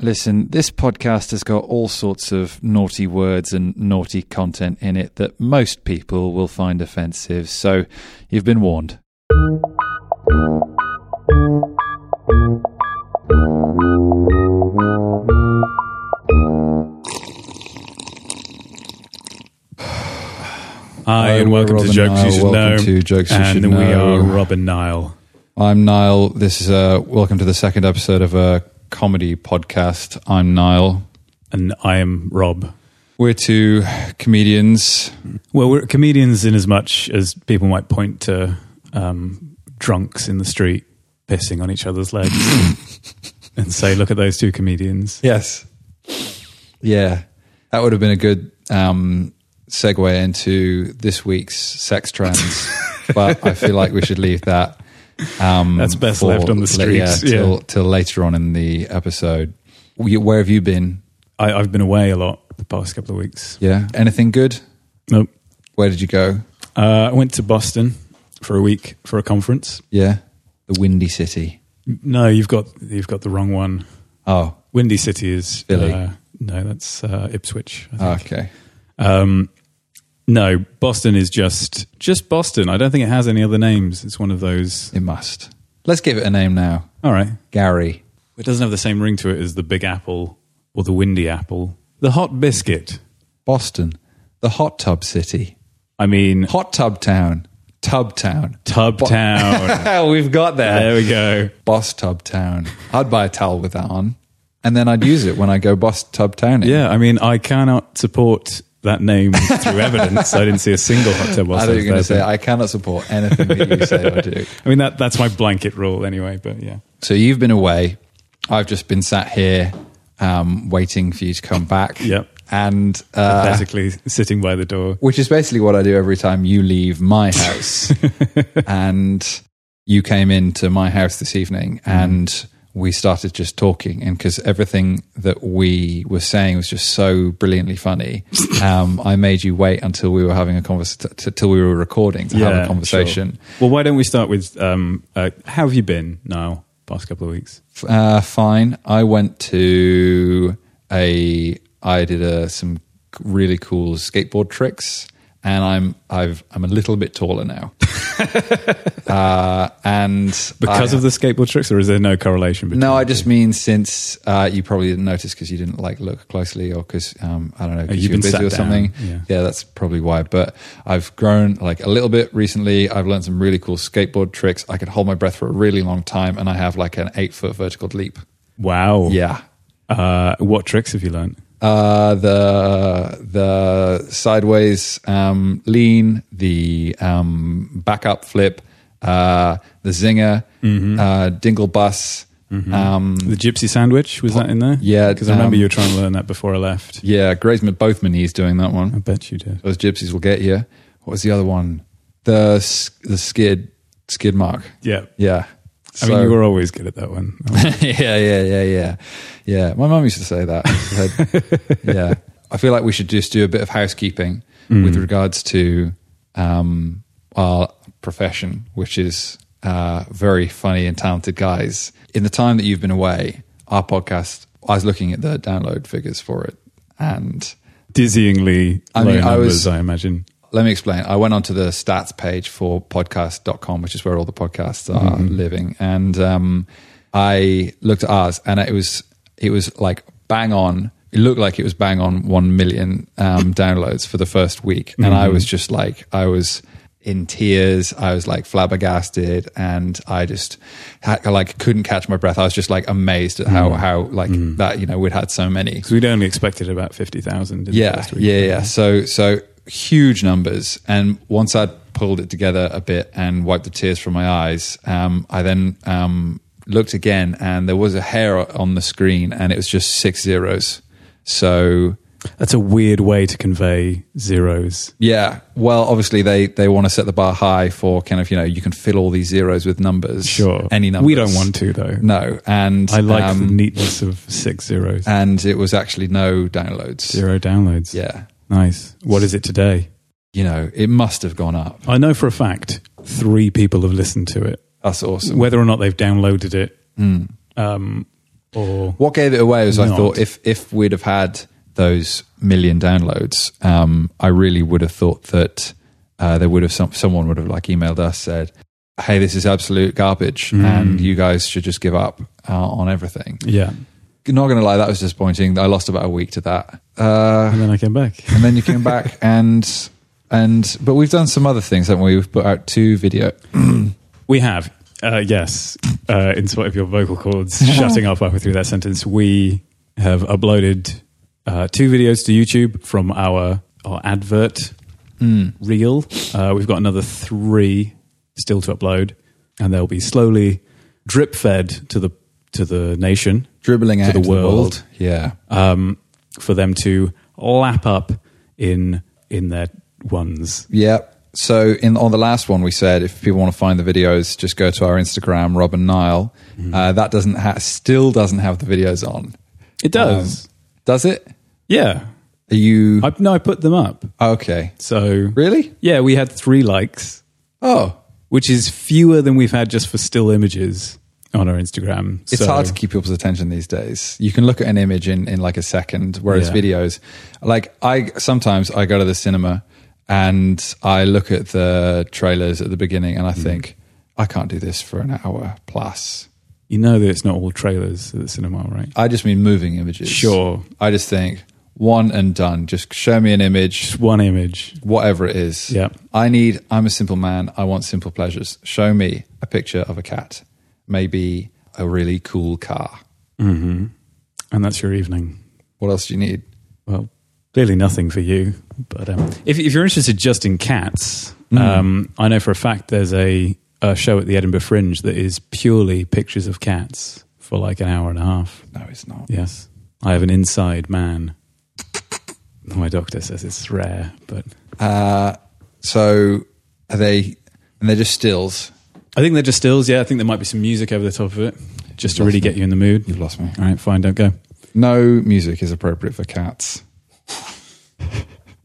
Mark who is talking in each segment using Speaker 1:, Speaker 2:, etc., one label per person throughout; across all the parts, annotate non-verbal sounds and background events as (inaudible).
Speaker 1: Listen, this podcast has got all sorts of naughty words and naughty content in it that most people will find offensive, so you've been warned.
Speaker 2: Hi, and
Speaker 1: we're
Speaker 2: welcome to
Speaker 1: Robin
Speaker 2: Jokes
Speaker 1: Nile.
Speaker 2: You Should
Speaker 1: Welcome
Speaker 2: Know.
Speaker 1: to Jokes You
Speaker 2: and
Speaker 1: Should
Speaker 2: we
Speaker 1: Know.
Speaker 2: are Robin Nile.
Speaker 1: I'm Niall. This is uh, welcome to the second episode of a comedy podcast. I'm Niall.
Speaker 2: And I am Rob.
Speaker 1: We're two comedians.
Speaker 2: Well, we're comedians in as much as people might point to um, drunks in the street pissing on each other's legs (laughs) and say, look at those two comedians.
Speaker 1: Yes. Yeah, that would have been a good um, segue into this week's sex
Speaker 2: (laughs)
Speaker 1: trends, but I feel like we should leave that. Um,
Speaker 2: That's best left on the streets,
Speaker 1: Yeah,
Speaker 2: yeah.
Speaker 1: till, till later on in the episode. We- Where have you been?
Speaker 2: I, I've been away a lot the past couple of weeks.
Speaker 1: Yeah, anything good?
Speaker 2: Nope.
Speaker 1: Where did you go?
Speaker 2: Uh, I went to Boston for a week for a conference.
Speaker 1: Yeah, the windy city.
Speaker 2: No, you've got you've got the wrong one.
Speaker 1: Oh,
Speaker 2: Windy City is
Speaker 1: Philly.
Speaker 2: Uh, no, that's uh, Ipswich. I think.
Speaker 1: okay.
Speaker 2: Um, no, Boston is just just Boston. I don't think it has any other names. It's one of those.
Speaker 1: It must. Let's give it a name now.
Speaker 2: All right,
Speaker 1: Gary.
Speaker 2: it doesn't have the same ring to it as the Big Apple or the Windy Apple, the Hot Biscuit.
Speaker 1: Boston. The hot tub city.
Speaker 2: I mean,
Speaker 1: Hot tub town. Tub town.
Speaker 2: Tub
Speaker 1: (laughs)
Speaker 2: Town.
Speaker 1: We've got
Speaker 2: there we go.
Speaker 1: Boss tub town. I'd buy a towel with that on. And then I'd use it when I go boss tub town.
Speaker 2: Yeah, I mean, I cannot support that
Speaker 1: (laughs)
Speaker 2: name through evidence. I didn't see a single hot tub.
Speaker 1: I
Speaker 2: whilst
Speaker 1: thought you were
Speaker 2: was
Speaker 1: going to
Speaker 2: there,
Speaker 1: say, I cannot support anything that you say or
Speaker 2: (laughs)
Speaker 1: do.
Speaker 2: but- I mean, that that's my blanket rule anyway. But yeah,
Speaker 1: So you've been away. I've just been sat here um, waiting for you to come back.
Speaker 2: Yep.
Speaker 1: And uh,
Speaker 2: basically sitting by the door.
Speaker 1: which is basically what I do every time you leave my house. and you came into my house this evening and we started just talking. And because everything that we were saying was just so brilliantly funny, um, I made you wait until we were having a conversation, till we were recording to have a conversation.
Speaker 2: uh, sure. Well, why don't we start with um, uh, how have you been, Niall, past couple of weeks?
Speaker 1: F- Uh, fine. I went to a, I did a, some really cool skateboard tricks. And I'm I've I'm a little bit taller
Speaker 2: (laughs)
Speaker 1: now. Uh, and
Speaker 2: Because
Speaker 1: I-
Speaker 2: of the skateboard tricks, or is there no correlation between?
Speaker 1: Oh, no, I just mean since uh, you probably didn't notice because you didn't like look closely or because um, I don't know 'cause
Speaker 2: Oh, you've
Speaker 1: you were
Speaker 2: been
Speaker 1: busy
Speaker 2: sat
Speaker 1: or
Speaker 2: down,
Speaker 1: something.
Speaker 2: yeah.
Speaker 1: that's probably why. But I've grown like a little bit recently. I've learned some really cool skateboard tricks. I can hold my breath for a really long time, and I have like an eight foot vertical leap.
Speaker 2: Wow.
Speaker 1: Yeah.
Speaker 2: Uh, what tricks have you learned?
Speaker 1: Uh, the the sideways um, lean, the um, back up flip, uh, the zinger,
Speaker 2: Mm-hmm.
Speaker 1: uh, dingle bus. Um,
Speaker 2: The gypsy sandwich was that in there?
Speaker 1: yeah,
Speaker 2: because I remember
Speaker 1: um,
Speaker 2: you were trying to learn that before I left.
Speaker 1: Yeah, grazed my, both my knees doing that
Speaker 2: I
Speaker 1: one.
Speaker 2: bet you did.
Speaker 1: Those gypsies will get you. What was the other one? The s- the skid skid mark.
Speaker 2: Yeah,
Speaker 1: Yeah.
Speaker 2: I mean, you were always good at
Speaker 1: (laughs)
Speaker 2: that one. Oh,
Speaker 1: yeah, yeah, yeah, yeah, yeah. My mum used to say that. She said- yeah, I feel like we should just do a bit of housekeeping with regards to um, our profession, which is uh, very funny and talented guys. In the time that you've been away, our podcast. I was looking at the download figures for it, and
Speaker 2: Dizzyingly
Speaker 1: I
Speaker 2: I
Speaker 1: mean,
Speaker 2: low
Speaker 1: I
Speaker 2: numbers,
Speaker 1: was-
Speaker 2: I imagine.
Speaker 1: let me explain. I went onto the stats page for podcast.com, which is where all the podcasts are living. And um, I looked at ours and it was, it was like bang on. It looked like it was bang on 1 million um, downloads for the first week. And I was just like, I was in tears. I was like flabbergasted and I just had, like couldn't catch my breath. I was just like amazed at how, how like that, you know, we'd had so many.
Speaker 2: Because we'd only expected about fifty thousand. the
Speaker 1: Yeah,
Speaker 2: first week.
Speaker 1: yeah, yeah. So, so huge numbers. And once I'd pulled it together a bit and wiped the tears from my eyes, um, I then um, looked again, and there was a hair on the screen, and it was just six zeros. So,
Speaker 2: That's a weird way to convey zeros.
Speaker 1: yeah. Well, obviously they they want to set the bar high for kind of you know you can fill all these zeros with numbers.
Speaker 2: Sure,
Speaker 1: any numbers.
Speaker 2: We don't want to though.
Speaker 1: No, and
Speaker 2: I like
Speaker 1: um,
Speaker 2: the neatness of six zeros.
Speaker 1: and it was actually no downloads.
Speaker 2: Zero downloads.
Speaker 1: Yeah.
Speaker 2: Nice. What is it today?
Speaker 1: You know, it must have gone up.
Speaker 2: I know for a fact three people have listened to it.
Speaker 1: That's awesome. Hmm.
Speaker 2: Whether or not they've downloaded it,
Speaker 1: Mm.
Speaker 2: um, Or
Speaker 1: What gave it away was I
Speaker 2: Not.
Speaker 1: thought if if we'd have had those million downloads, um, I really would have thought that uh, there would have some, someone would have like emailed us said, "Hey, this is absolute garbage,
Speaker 2: Mm.
Speaker 1: and you guys should just give up uh, on everything."
Speaker 2: yeah,
Speaker 1: Not gonna lie, that was disappointing. I lost about a week to that, uh,
Speaker 2: and then I came back.
Speaker 1: and then you came back and and but we've done some other things, haven't we? We've put out two video.
Speaker 2: (laughs) We have, uh, yes, uh, in spite of your vocal cords
Speaker 1: (laughs)
Speaker 2: shutting up halfway through that sentence, we have uploaded uh, two videos to YouTube from our our advert
Speaker 1: Hmm.
Speaker 2: reel. Uh, we've got another three still to upload, and they'll be slowly drip fed to the to the nation
Speaker 1: Dribbling out
Speaker 2: the
Speaker 1: into
Speaker 2: world.
Speaker 1: yeah.
Speaker 2: um, for them to lap up in in their ones.
Speaker 1: Yeah. So in on the last one, we said if people want to find the videos, just go to our Instagram, Rob and Nile.
Speaker 2: Mm-hmm.
Speaker 1: Uh, that doesn't ha- still doesn't have the videos on.
Speaker 2: It does,
Speaker 1: Um, does it?
Speaker 2: yeah.
Speaker 1: Are you
Speaker 2: I, no, I put them up.
Speaker 1: okay?
Speaker 2: So
Speaker 1: Really?
Speaker 2: yeah, we had three likes.
Speaker 1: Oh,
Speaker 2: which is fewer than we've had just for still images on our Instagram.
Speaker 1: it's
Speaker 2: So-
Speaker 1: hard to keep people's attention these days. You can look at an image in, in like a second, whereas
Speaker 2: Yeah.
Speaker 1: videos, like I sometimes I go to the cinema and I look at the trailers at the beginning and I
Speaker 2: Mm-hmm.
Speaker 1: think I can't do this for an hour plus.
Speaker 2: You know that it's not all trailers at the cinema, right?
Speaker 1: I just mean moving images.
Speaker 2: Sure.
Speaker 1: I just think one and done. Just show me an image,
Speaker 2: Just one image.
Speaker 1: whatever it is.
Speaker 2: Yeah.
Speaker 1: I need, I'm a simple man. I want simple pleasures. Show me a picture of a cat, maybe a really cool car.
Speaker 2: hmm And that's your evening.
Speaker 1: What else do you need?
Speaker 2: Well, clearly nothing for you. But um, if, if you're interested just in cats,
Speaker 1: Hmm.
Speaker 2: um, I know for a fact there's a, a show at the Edinburgh Fringe that is purely pictures of cats for like an hour and a half.
Speaker 1: No, it's not.
Speaker 2: Yes. I have an inside man. My doctor says it's rare, but
Speaker 1: Uh, so are they, and they're just stills.
Speaker 2: I think they're just stills. Yeah, I think there might be some music over the top of it, just to
Speaker 1: Lost
Speaker 2: really
Speaker 1: me.
Speaker 2: get you in the mood.
Speaker 1: You've lost me.
Speaker 2: All right, fine, don't go.
Speaker 1: No music is appropriate for cats.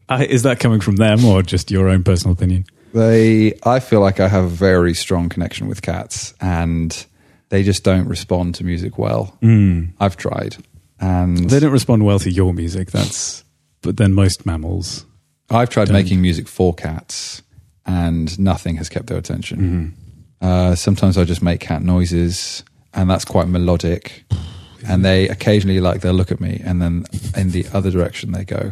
Speaker 2: Uh, is that coming from them or just your own personal opinion?
Speaker 1: They, I feel like I have a very strong connection with cats, and they just don't respond to music well.
Speaker 2: Mm.
Speaker 1: I've tried, and
Speaker 2: They don't respond well to your music. That's, but then most mammals.
Speaker 1: I've tried making music for cats, and nothing has kept their
Speaker 2: Mm-hmm.
Speaker 1: attention. Uh, sometimes I just make cat noises, and that's quite melodic. And they occasionally like they'll look at me, and then in the other direction they go.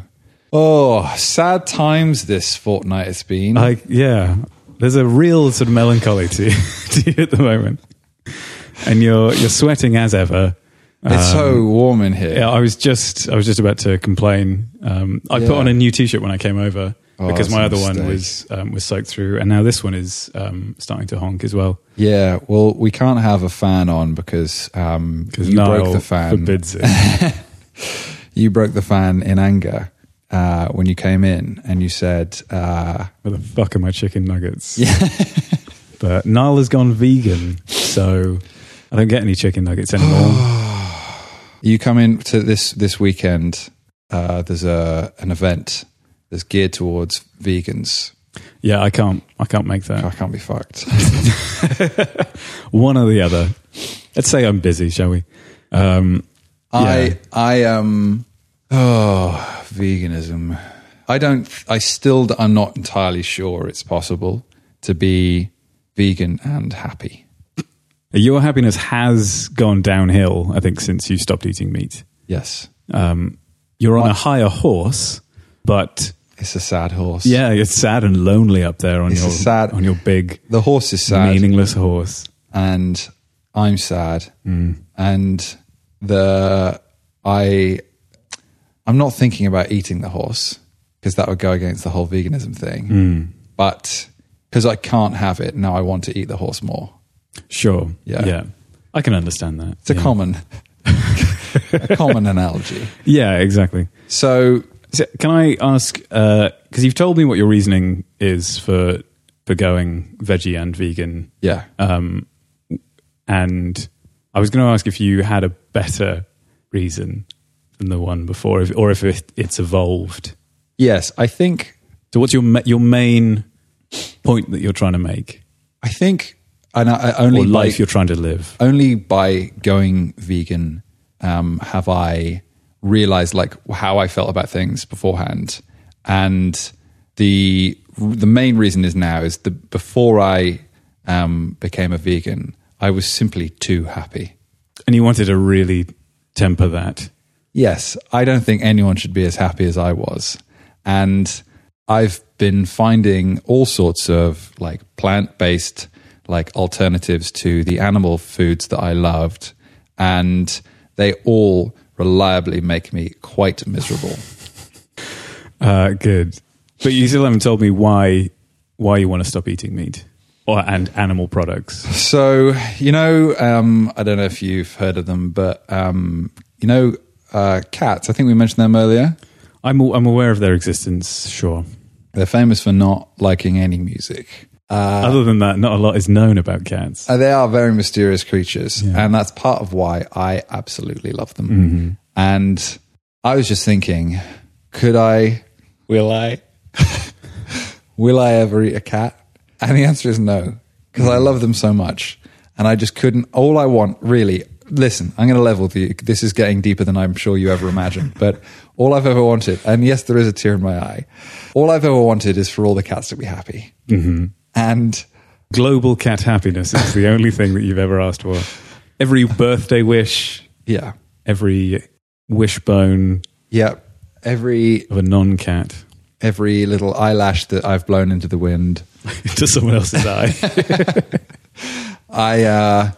Speaker 1: Oh, sad times this fortnight it's been.
Speaker 2: I yeah. There's a real sort of melancholy to, (laughs) to you at the moment, and you're you're sweating as ever. Uh,
Speaker 1: it's so warm in here.
Speaker 2: um, Yeah, I was just I was just about to complain. Um, I
Speaker 1: Yeah.
Speaker 2: put on a new T-shirt when I came over
Speaker 1: Oh,
Speaker 2: because
Speaker 1: that's
Speaker 2: my
Speaker 1: a
Speaker 2: other one
Speaker 1: mistake.
Speaker 2: was um, was soaked through, and now this one is um, starting to honk as well.
Speaker 1: Yeah, well, we can't have a fan on because um,
Speaker 2: Because
Speaker 1: you broke the fan. (laughs)
Speaker 2: forbids it.
Speaker 1: You broke the fan in anger uh, when you came in, and you said, uh,
Speaker 2: Where the fuck are my chicken nuggets? Yeah. (laughs) but Niall has gone vegan, so I don't get any chicken
Speaker 1: (gasps)
Speaker 2: nuggets anymore.
Speaker 1: "You come in to this this weekend. Uh, there's a an event that's geared towards vegans.
Speaker 2: yeah, I can't. I can't make that.
Speaker 1: I can't be fucked."
Speaker 2: One or the other. Let's say I'm busy, shall we? Um, Yeah.
Speaker 1: I I um oh veganism. I don't. I still. I'm not entirely sure it's possible to be vegan and happy.
Speaker 2: your happiness has gone downhill, I think, since you stopped eating meat.
Speaker 1: Yes,
Speaker 2: um, you're on a higher horse, but
Speaker 1: it's a sad horse.
Speaker 2: yeah, it's sad and lonely up there on
Speaker 1: It's
Speaker 2: your
Speaker 1: a sad-
Speaker 2: on your big
Speaker 1: the horse is sad
Speaker 2: meaningless horse.
Speaker 1: and i'm sad
Speaker 2: Mm.
Speaker 1: and the i i'm not thinking about eating the horse because that would go against the whole veganism thing
Speaker 2: Mm.
Speaker 1: but because i can't have it now i want to eat the horse more
Speaker 2: Sure,
Speaker 1: Yeah.
Speaker 2: yeah, I can understand that.
Speaker 1: it's a
Speaker 2: yeah.
Speaker 1: common (laughs) a common analogy
Speaker 2: yeah, exactly.
Speaker 1: so
Speaker 2: So can I ask? Because you've told me what your reasoning is for for going veggie and vegan,
Speaker 1: yeah
Speaker 2: um, and I was going to ask if you had a better reason than the one before, if, or if it, it's evolved.
Speaker 1: yes i think
Speaker 2: So, what's your ma- your main point that you're trying to make,
Speaker 1: i think and i, I
Speaker 2: or
Speaker 1: only
Speaker 2: life
Speaker 1: like-
Speaker 2: you're trying to live?
Speaker 1: only by going vegan um, have I realized like how I felt about things beforehand, and the the main reason is now is that before I um, became a vegan, I was simply too happy.
Speaker 2: And you wanted to really temper that.
Speaker 1: Yes, I don't think anyone should be as happy as I was. And I've been finding all sorts of like plant based like alternatives to the animal foods that I loved and they all reliably make me quite miserable. (laughs)
Speaker 2: Uh, good. But you still haven't told me why why you want to stop eating meat or and animal products.
Speaker 1: So, you know, um, I don't know if you've heard of them, but um, you know, uh, cats, I think we mentioned them earlier.
Speaker 2: I'm a- I'm aware of their existence, sure.
Speaker 1: They're famous for not liking any music.
Speaker 2: Other than that, not a lot is known about cats.
Speaker 1: Uh, They are very mysterious creatures, and that's part of why I absolutely love them. And I was just thinking, could I? Will I? (laughs) will I ever eat a cat? And the answer is no, because I love them so much, and I just couldn't. All I want, really. Listen, I'm going to level with you. This is getting deeper than I'm sure you ever imagined. But all I've ever wanted, and yes, there is a tear in my eye. All I've ever wanted is for all the cats to be happy. Mm-hmm. And
Speaker 2: Global cat happiness is the only thing that you've ever asked for. Every birthday wish,
Speaker 1: yeah,
Speaker 2: every wishbone
Speaker 1: Yeah. Every
Speaker 2: of a non-cat (laughs)
Speaker 1: every little eyelash that I've blown into the wind,
Speaker 2: to someone else's eye.
Speaker 1: I uh,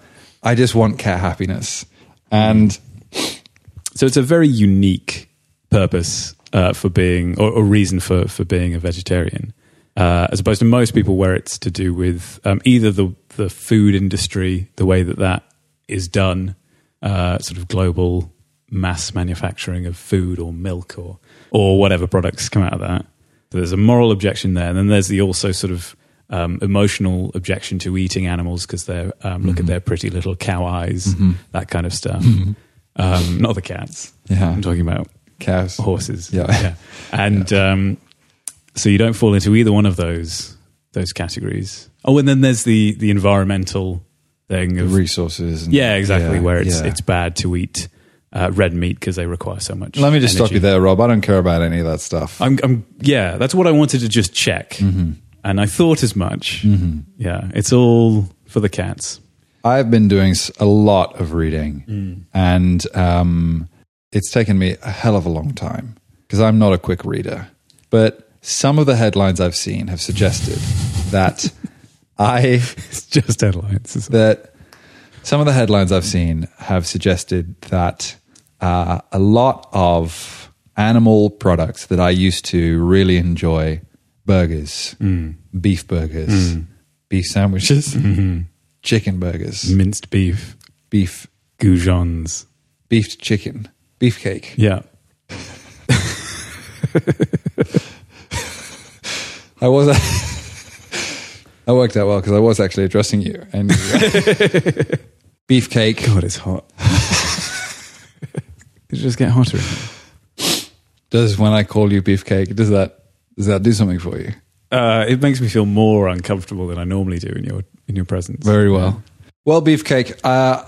Speaker 1: I just want cat happiness. And
Speaker 2: So it's a very unique purpose uh, for being, or, or reason for for being a vegetarian, uh, as opposed to most people, where it's to do with um, either the the food industry, the way that that is done, uh, sort of global mass manufacturing of food or milk or or whatever products come out of that. So there's a moral objection there, and then there's the also sort of um, emotional objection to eating animals because they're um, look at their pretty little cow eyes, that kind of stuff. Um, not the cats.
Speaker 1: Yeah.
Speaker 2: I'm talking about
Speaker 1: cows.
Speaker 2: horses.
Speaker 1: Yeah. (laughs)
Speaker 2: And Um, so you don't fall into either one of those those categories. Oh, and then there's the the environmental thing of
Speaker 1: Resources. And,
Speaker 2: yeah, exactly.
Speaker 1: yeah,
Speaker 2: where it's
Speaker 1: yeah.
Speaker 2: it's bad to eat uh, red meat because they require so much.
Speaker 1: Let me just stop
Speaker 2: energy.
Speaker 1: you there, Rob. I don't care about any of that stuff. Mm-hmm,
Speaker 2: I'm, I'm yeah. That's what I wanted to just check,
Speaker 1: Mm.
Speaker 2: and I thought as much. Yeah, it's all for the cats.
Speaker 1: I've been doing s- a lot of reading,
Speaker 2: Mm.
Speaker 1: and um, it's taken me a hell of a long time because I'm not a quick reader. But some of the headlines I've seen have suggested
Speaker 2: (laughs)
Speaker 1: that I
Speaker 2: It's just headlines. It's-
Speaker 1: that some of the headlines I've seen have suggested that uh, a lot of animal products that I used to really enjoy burgers, beef burgers, beef sandwiches, chicken burgers,
Speaker 2: minced beef,
Speaker 1: beef,
Speaker 2: goujons.
Speaker 1: beefed chicken, beefcake.
Speaker 2: Yeah,
Speaker 1: I was. (laughs) I worked out well because I was actually addressing you. And beefcake,
Speaker 2: God, it's (laughs) hot. Did it just get hotter? in here?
Speaker 1: does when I call you beefcake, does that does that do something for you?
Speaker 2: Uh, it makes me feel more uncomfortable than I normally do in your in your presence.
Speaker 1: Very well. Well, beefcake. Uh,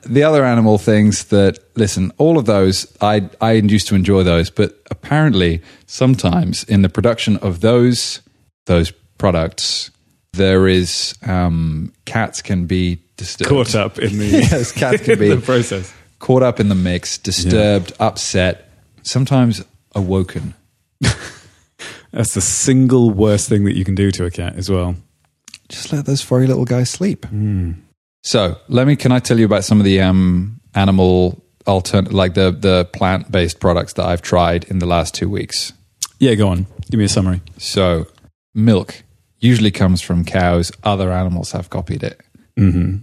Speaker 1: (laughs) the other animal things that listen, all of those I I used to enjoy those, but apparently sometimes in the production of those those products, there is um, cats can be disturbed.
Speaker 2: caught up in
Speaker 1: (laughs)
Speaker 2: the
Speaker 1: Yes, cats can be
Speaker 2: (laughs) the process.
Speaker 1: caught up in the mix, disturbed, upset, sometimes awoken.
Speaker 2: That's the single worst thing that you can do to a cat as well.
Speaker 1: Just let those furry little guys sleep. So let me. Can I tell you about some of the um, animal altern like the the plant based products that I've tried in the last two weeks?
Speaker 2: Yeah, go on. Give me a summary.
Speaker 1: So milk usually comes from cows. Other animals have copied it.
Speaker 2: Mm-hmm.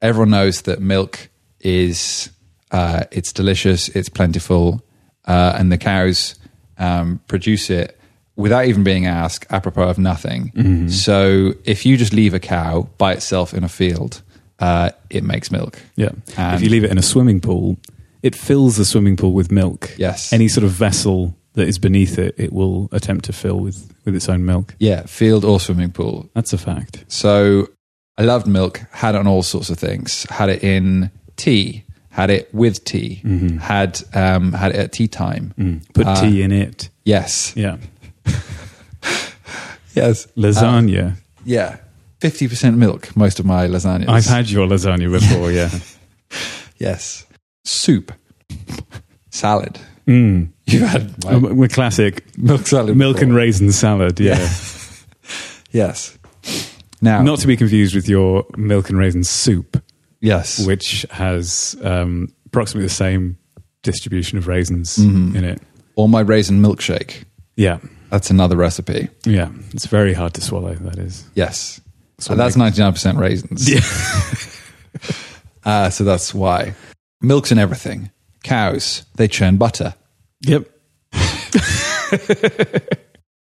Speaker 1: Everyone knows that milk is uh, it's delicious, it's plentiful, uh, and the cows um, produce it without even being asked, apropos of nothing. So if you just leave a cow by itself in a field, uh, it makes milk.
Speaker 2: Yeah.
Speaker 1: And-
Speaker 2: if you leave it in a swimming pool, it fills the swimming pool with milk.
Speaker 1: Yes.
Speaker 2: Any sort of vessel that is beneath it, it will attempt to fill with with its own milk.
Speaker 1: Yeah, field or swimming pool.
Speaker 2: That's a fact.
Speaker 1: So I loved milk, had it on all sorts of things, had it in tea, had it with tea,
Speaker 2: Mm-hmm.
Speaker 1: had um, had it at tea time.
Speaker 2: Put
Speaker 1: Uh,
Speaker 2: tea in it.
Speaker 1: Yes,
Speaker 2: Yeah.
Speaker 1: yes,
Speaker 2: Lasagna.
Speaker 1: yeah. Fifty percent milk. Most of my lasagnas.
Speaker 2: I've had your lasagna before, yeah.
Speaker 1: yes, soup, salad.
Speaker 2: (laughs) Mm.
Speaker 1: You had my
Speaker 2: Um, We're classic
Speaker 1: milk salad.
Speaker 2: milk and
Speaker 1: before.
Speaker 2: raisin salad, yeah.
Speaker 1: Yes. Now,
Speaker 2: Not to be confused with your milk and raisin soup,
Speaker 1: yes,
Speaker 2: which has um, approximately the same distribution of raisins
Speaker 1: Mm-hmm.
Speaker 2: in it.
Speaker 1: or my raisin milkshake.
Speaker 2: Yeah.
Speaker 1: That's another recipe.
Speaker 2: Yeah. It's very hard to swallow, that is.
Speaker 1: Yes.
Speaker 2: So
Speaker 1: Uh, that's ninety nine percent raisins.
Speaker 2: Yeah.
Speaker 1: (laughs) uh, so that's why milks and everything. Cows they churn butter.
Speaker 2: Yep. (laughs) I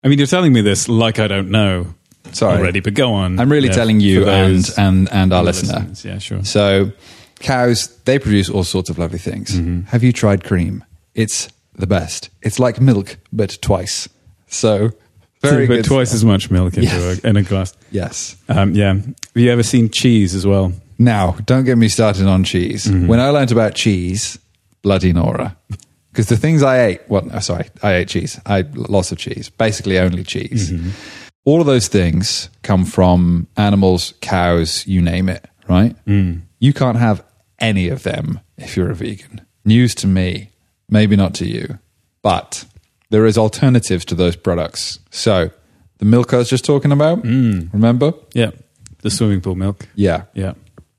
Speaker 2: mean, you're telling me this like I don't know
Speaker 1: Sorry,
Speaker 2: already, but go on.
Speaker 1: I'm really
Speaker 2: Yeah,
Speaker 1: telling you
Speaker 2: for
Speaker 1: and
Speaker 2: those
Speaker 1: and and our
Speaker 2: listeners.
Speaker 1: listener.
Speaker 2: Yeah, sure.
Speaker 1: So cows they produce all sorts of lovely things.
Speaker 2: Mm-hmm.
Speaker 1: Have you tried cream? It's the best. It's like milk but twice. So very
Speaker 2: but
Speaker 1: good.
Speaker 2: twice as much milk into
Speaker 1: Yes.
Speaker 2: a, in a glass.
Speaker 1: Yes.
Speaker 2: Um, yeah. Have you ever seen cheese as well?
Speaker 1: Now, don't get me started on cheese. When I learnt about cheese, bloody Nora. Because the things I ate, well, no, sorry, I ate cheese. I ate lots of cheese, basically only cheese. All of those things come from animals, cows, you name it, right? You can't have any of them if you're a vegan. News to me, maybe not to you, but there is alternatives to those products. So the milk I was just talking about, remember?
Speaker 2: Yeah. The swimming pool milk.
Speaker 1: Yeah
Speaker 2: Yeah.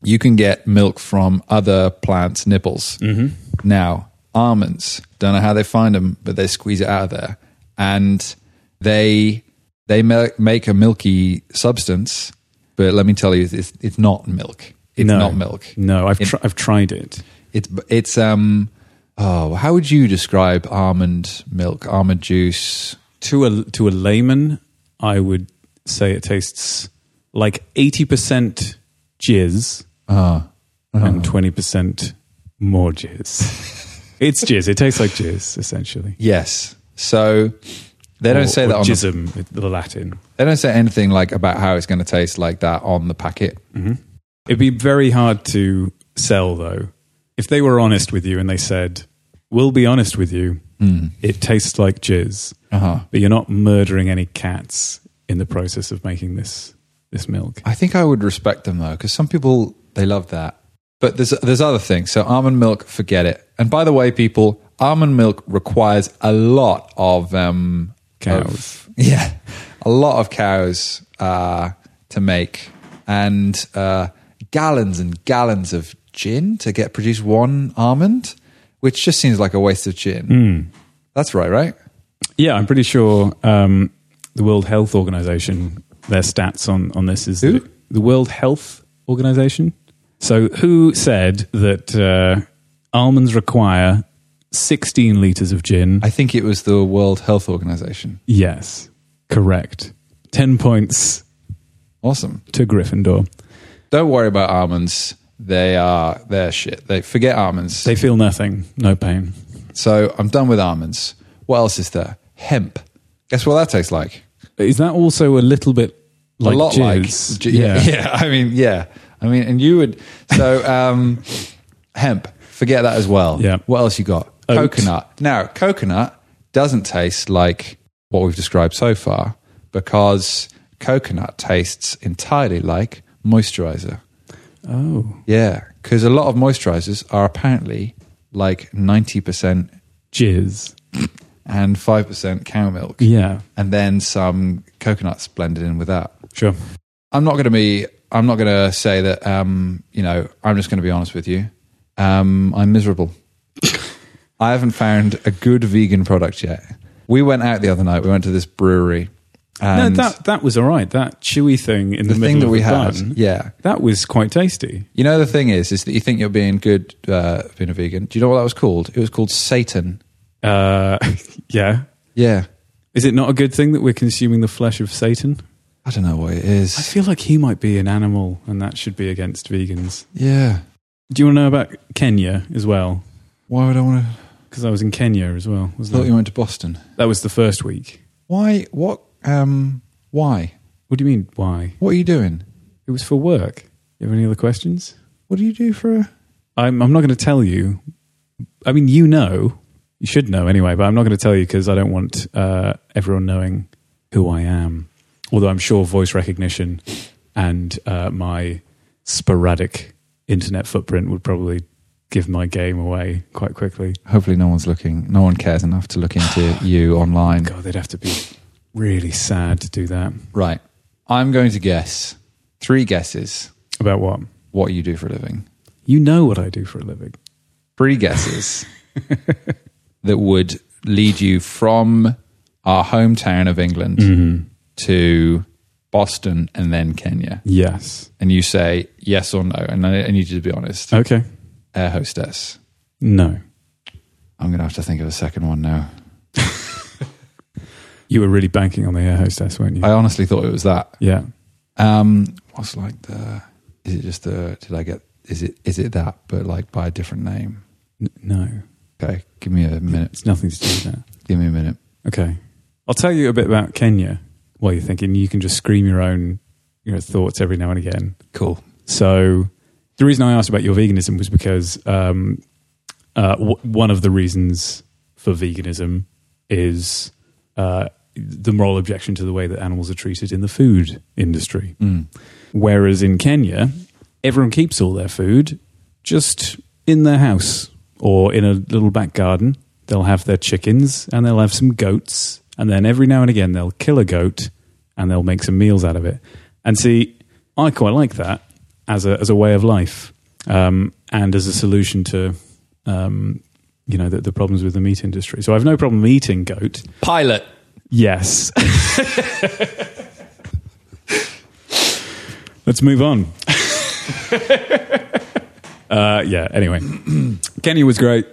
Speaker 1: you can get milk from other plants' nipples. Mm-hmm. Now, almonds, don't know how they find them, but they squeeze it out of there, and they they mil- make a milky substance. But let me tell you, it's it's not milk. It's
Speaker 2: no.
Speaker 1: not milk.
Speaker 2: No, I've, tr- I've tried it.
Speaker 1: It's it's um oh, how would you describe almond milk, almond juice?
Speaker 2: To a, to a layman, I would say it tastes like 80% jizz
Speaker 1: Ah,
Speaker 2: and 20% more jizz.
Speaker 1: (laughs)
Speaker 2: it's jizz. It tastes like jizz, essentially.
Speaker 1: yes. So they don't
Speaker 2: Or-
Speaker 1: say
Speaker 2: or
Speaker 1: that on the
Speaker 2: jism, the, Latin.
Speaker 1: they don't say anything like about how it's going to taste like that on the packet.
Speaker 2: Mm-hmm. It'd be very hard to sell, though. If they were honest with you and they said, We'll be honest with you,
Speaker 1: Mm.
Speaker 2: it tastes like jizz,
Speaker 1: Uh huh.
Speaker 2: but you're not murdering any cats in the process of making this, this milk.
Speaker 1: I think I would respect them though, because some people they love that. But there's there's other things. So almond milk, forget it. And by the way, people, almond milk requires a lot of um,
Speaker 2: Cows.
Speaker 1: of- (laughs) yeah, a lot of cows uh, to make, and uh, gallons and gallons of gin to get produce one almond, which just seems like a waste of gin. That's right, right?
Speaker 2: Yeah, I'm pretty sure um, the World Health Organization, their stats on, on this is
Speaker 1: Who?
Speaker 2: The, the World Health Organization. So, who said that uh, almonds require 16 liters of gin?
Speaker 1: I think it was the World Health Organization.
Speaker 2: Yes, correct. 10 points
Speaker 1: Awesome.
Speaker 2: to Gryffindor.
Speaker 1: Don't worry about almonds. They are they're shit. They forget almonds.
Speaker 2: They feel nothing, no pain.
Speaker 1: so I'm done with almonds. What else is there? Hemp. Guess what that tastes like?
Speaker 2: Is that also a little bit like
Speaker 1: a lot
Speaker 2: jizz?
Speaker 1: like J- (laughs) yeah.
Speaker 2: yeah.
Speaker 1: yeah. I mean, yeah. I mean, and you would so um, (laughs) hemp. Forget that as well.
Speaker 2: Yeah.
Speaker 1: What else you got?
Speaker 2: Oat.
Speaker 1: Coconut. Now, coconut doesn't taste like what we've described so far because coconut tastes entirely like moisturizer.
Speaker 2: Oh,
Speaker 1: Yeah, because a lot of moisturizers are apparently like 90%
Speaker 2: jizz.
Speaker 1: and 5% cow milk,
Speaker 2: Yeah,
Speaker 1: and then some coconuts blended in with that.
Speaker 2: sure.
Speaker 1: I'm not going to be, I'm not going to say that, um, you know, I'm just going to be honest with you. Um, I'm
Speaker 2: (laughs)
Speaker 1: miserable. I haven't found a good vegan product yet. We went out the other night, we went to this brewery.
Speaker 2: No,
Speaker 1: And
Speaker 2: that that was all right. That chewy thing in the,
Speaker 1: the
Speaker 2: middle
Speaker 1: thing that
Speaker 2: of
Speaker 1: we
Speaker 2: the
Speaker 1: had,
Speaker 2: bun,
Speaker 1: yeah.
Speaker 2: that was quite tasty.
Speaker 1: You know, the thing is, is that you think you're being good, uh, being a vegan. Do you know what that was called? It was called Satan.
Speaker 2: Uh, (laughs) yeah,
Speaker 1: Yeah.
Speaker 2: is it not a good thing that we're consuming the flesh of Satan?
Speaker 1: I don't know what it
Speaker 2: I
Speaker 1: is.
Speaker 2: feel like he might be an animal, and that should be against vegans.
Speaker 1: Yeah.
Speaker 2: Do you want to know about Kenya as well?
Speaker 1: Why would I want to?
Speaker 2: Because I was in Kenya as well.
Speaker 1: I
Speaker 2: Wasn't
Speaker 1: thought
Speaker 2: I?
Speaker 1: you went to Boston.
Speaker 2: That was the first week.
Speaker 1: Why? What? Um. Why?
Speaker 2: What do you mean? Why?
Speaker 1: What are you doing?
Speaker 2: It was for work. You have any other questions?
Speaker 1: What do you do for? A,
Speaker 2: I'm, I'm not going to tell you. I mean, you know, you should know anyway, but I'm not going to tell you because I don't want uh, everyone knowing who I am. Although I'm sure voice recognition and uh, my sporadic internet footprint would probably give my game away quite quickly.
Speaker 1: Hopefully, no one's looking. No one cares enough to look into you online.
Speaker 2: God, they'd have to be really sad to do that.
Speaker 1: Right. I'm going to guess three guesses
Speaker 2: About what?
Speaker 1: what you do for a living.
Speaker 2: You know what I do for a living.
Speaker 1: Three guesses that would lead you from our hometown of England
Speaker 2: Mm.
Speaker 1: to Boston and then Kenya.
Speaker 2: Yes.
Speaker 1: And you say yes or no. And I, I need you to be honest.
Speaker 2: Okay.
Speaker 1: Air hostess.
Speaker 2: No.
Speaker 1: I'm going to have to think of a second one now.
Speaker 2: You were really banking on the air hostess, weren't you?
Speaker 1: I honestly thought it was that.
Speaker 2: yeah.
Speaker 1: Um, what's like the? Is it just the? Did I get? Is it? Is it that? But like by a different name.
Speaker 2: N- no.
Speaker 1: Okay, give me a minute.
Speaker 2: It's nothing to do with that.
Speaker 1: Give me a minute.
Speaker 2: Okay. I'll tell you a bit about Kenya while you're thinking. You can just scream your own you know, thoughts every now and again.
Speaker 1: Cool.
Speaker 2: So the reason I asked about your veganism was because um, uh, w- one of the reasons for veganism is uh, the moral objection to the way that animals are treated in the food industry.
Speaker 1: Mm.
Speaker 2: Whereas in Kenya, everyone keeps all their food just in their house or in a little back garden. They'll have their chickens and they'll have some goats. And then every now and again, they'll kill a goat and they'll make some meals out of it. And see, I quite like that as a, as a way of life um, and as a solution to, um, you know, the, the problems with the meat industry. So I have no problem eating goat.
Speaker 1: Pilot.
Speaker 2: Yes. Let's
Speaker 1: (laughs)
Speaker 2: move on. uh, yeah, anyway. (clears throat) Kenya was great.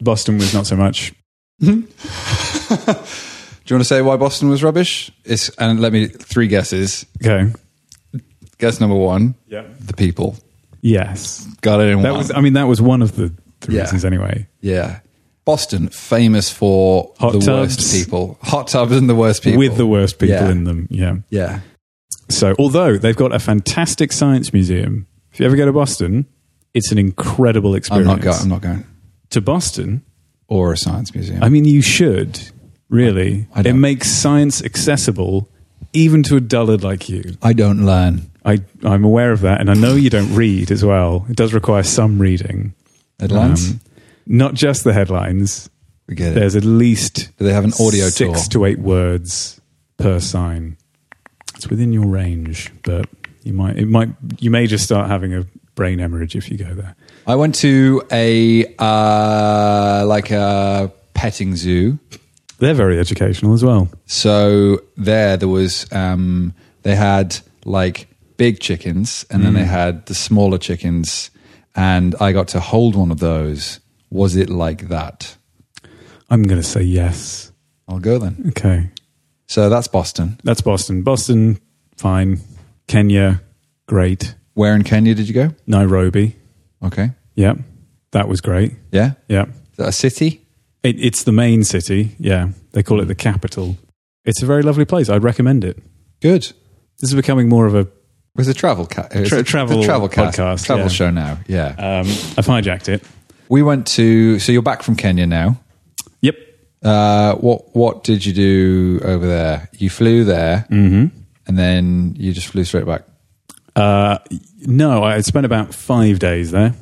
Speaker 2: Boston was not so much.
Speaker 1: Do you want to say why Boston was rubbish? It's and let me three guesses.
Speaker 2: Okay.
Speaker 1: Guess number one,
Speaker 2: Yeah.
Speaker 1: the people
Speaker 2: Yes.
Speaker 1: got it in
Speaker 2: That
Speaker 1: one.
Speaker 2: was, um, I mean, that was one of the, the
Speaker 1: Yeah.
Speaker 2: reasons anyway.
Speaker 1: yeah, Boston famous for
Speaker 2: Hot
Speaker 1: the
Speaker 2: tubs.
Speaker 1: worst people, hot tubs and the worst people
Speaker 2: With the worst people
Speaker 1: Yeah.
Speaker 2: in them. Yeah.
Speaker 1: yeah.
Speaker 2: So, although they've got a fantastic science museum, if you ever go to Boston, it's an incredible
Speaker 1: I'm
Speaker 2: experience.
Speaker 1: not going. I'm not going.
Speaker 2: to Boston,
Speaker 1: Or a science museum.
Speaker 2: I mean, you should really.
Speaker 1: I
Speaker 2: it
Speaker 1: don't.
Speaker 2: makes science accessible even to a dullard like you.
Speaker 1: I don't learn.
Speaker 2: I, I'm aware of that, and I know you don't read as well. It does require some reading.
Speaker 1: Headlines.
Speaker 2: Um, not just the headlines.
Speaker 1: we get it.
Speaker 2: There's at least
Speaker 1: Do they have an audio tour?
Speaker 2: six to eight words per sign. It's within your range, but you might it might you may just start having a brain hemorrhage if you go there.
Speaker 1: I went to a uh, like a petting zoo.
Speaker 2: They're very educational as well.
Speaker 1: So there, there was um, they had like big chickens, and then they
Speaker 2: Mm.
Speaker 1: had the smaller chickens, and I got to hold one of those. Was it like that?
Speaker 2: I'm going to say yes.
Speaker 1: I'll go then.
Speaker 2: Okay.
Speaker 1: So that's Boston.
Speaker 2: That's Boston. Boston, fine. Kenya, great.
Speaker 1: Where in Kenya did you go?
Speaker 2: Nairobi,
Speaker 1: Okay,
Speaker 2: yeah. That was great.
Speaker 1: yeah,
Speaker 2: Yeah.
Speaker 1: Is that a city.
Speaker 2: It, it's the main city. Yeah. They call it the capital. It's a very lovely place. I'd recommend it.
Speaker 1: Good. It
Speaker 2: This is becoming more of a.
Speaker 1: was a travel ca- it was
Speaker 2: Tra-
Speaker 1: a-
Speaker 2: travel
Speaker 1: the travel cast-
Speaker 2: podcast,
Speaker 1: travel
Speaker 2: yeah.
Speaker 1: show now. Yeah,
Speaker 2: Um, I've hijacked it.
Speaker 1: we went to. So you're back from Kenya now.
Speaker 2: Yep.
Speaker 1: Uh, what what did you do over there? You flew there, and then you just flew straight back.
Speaker 2: Uh, no, I had spent about five days there.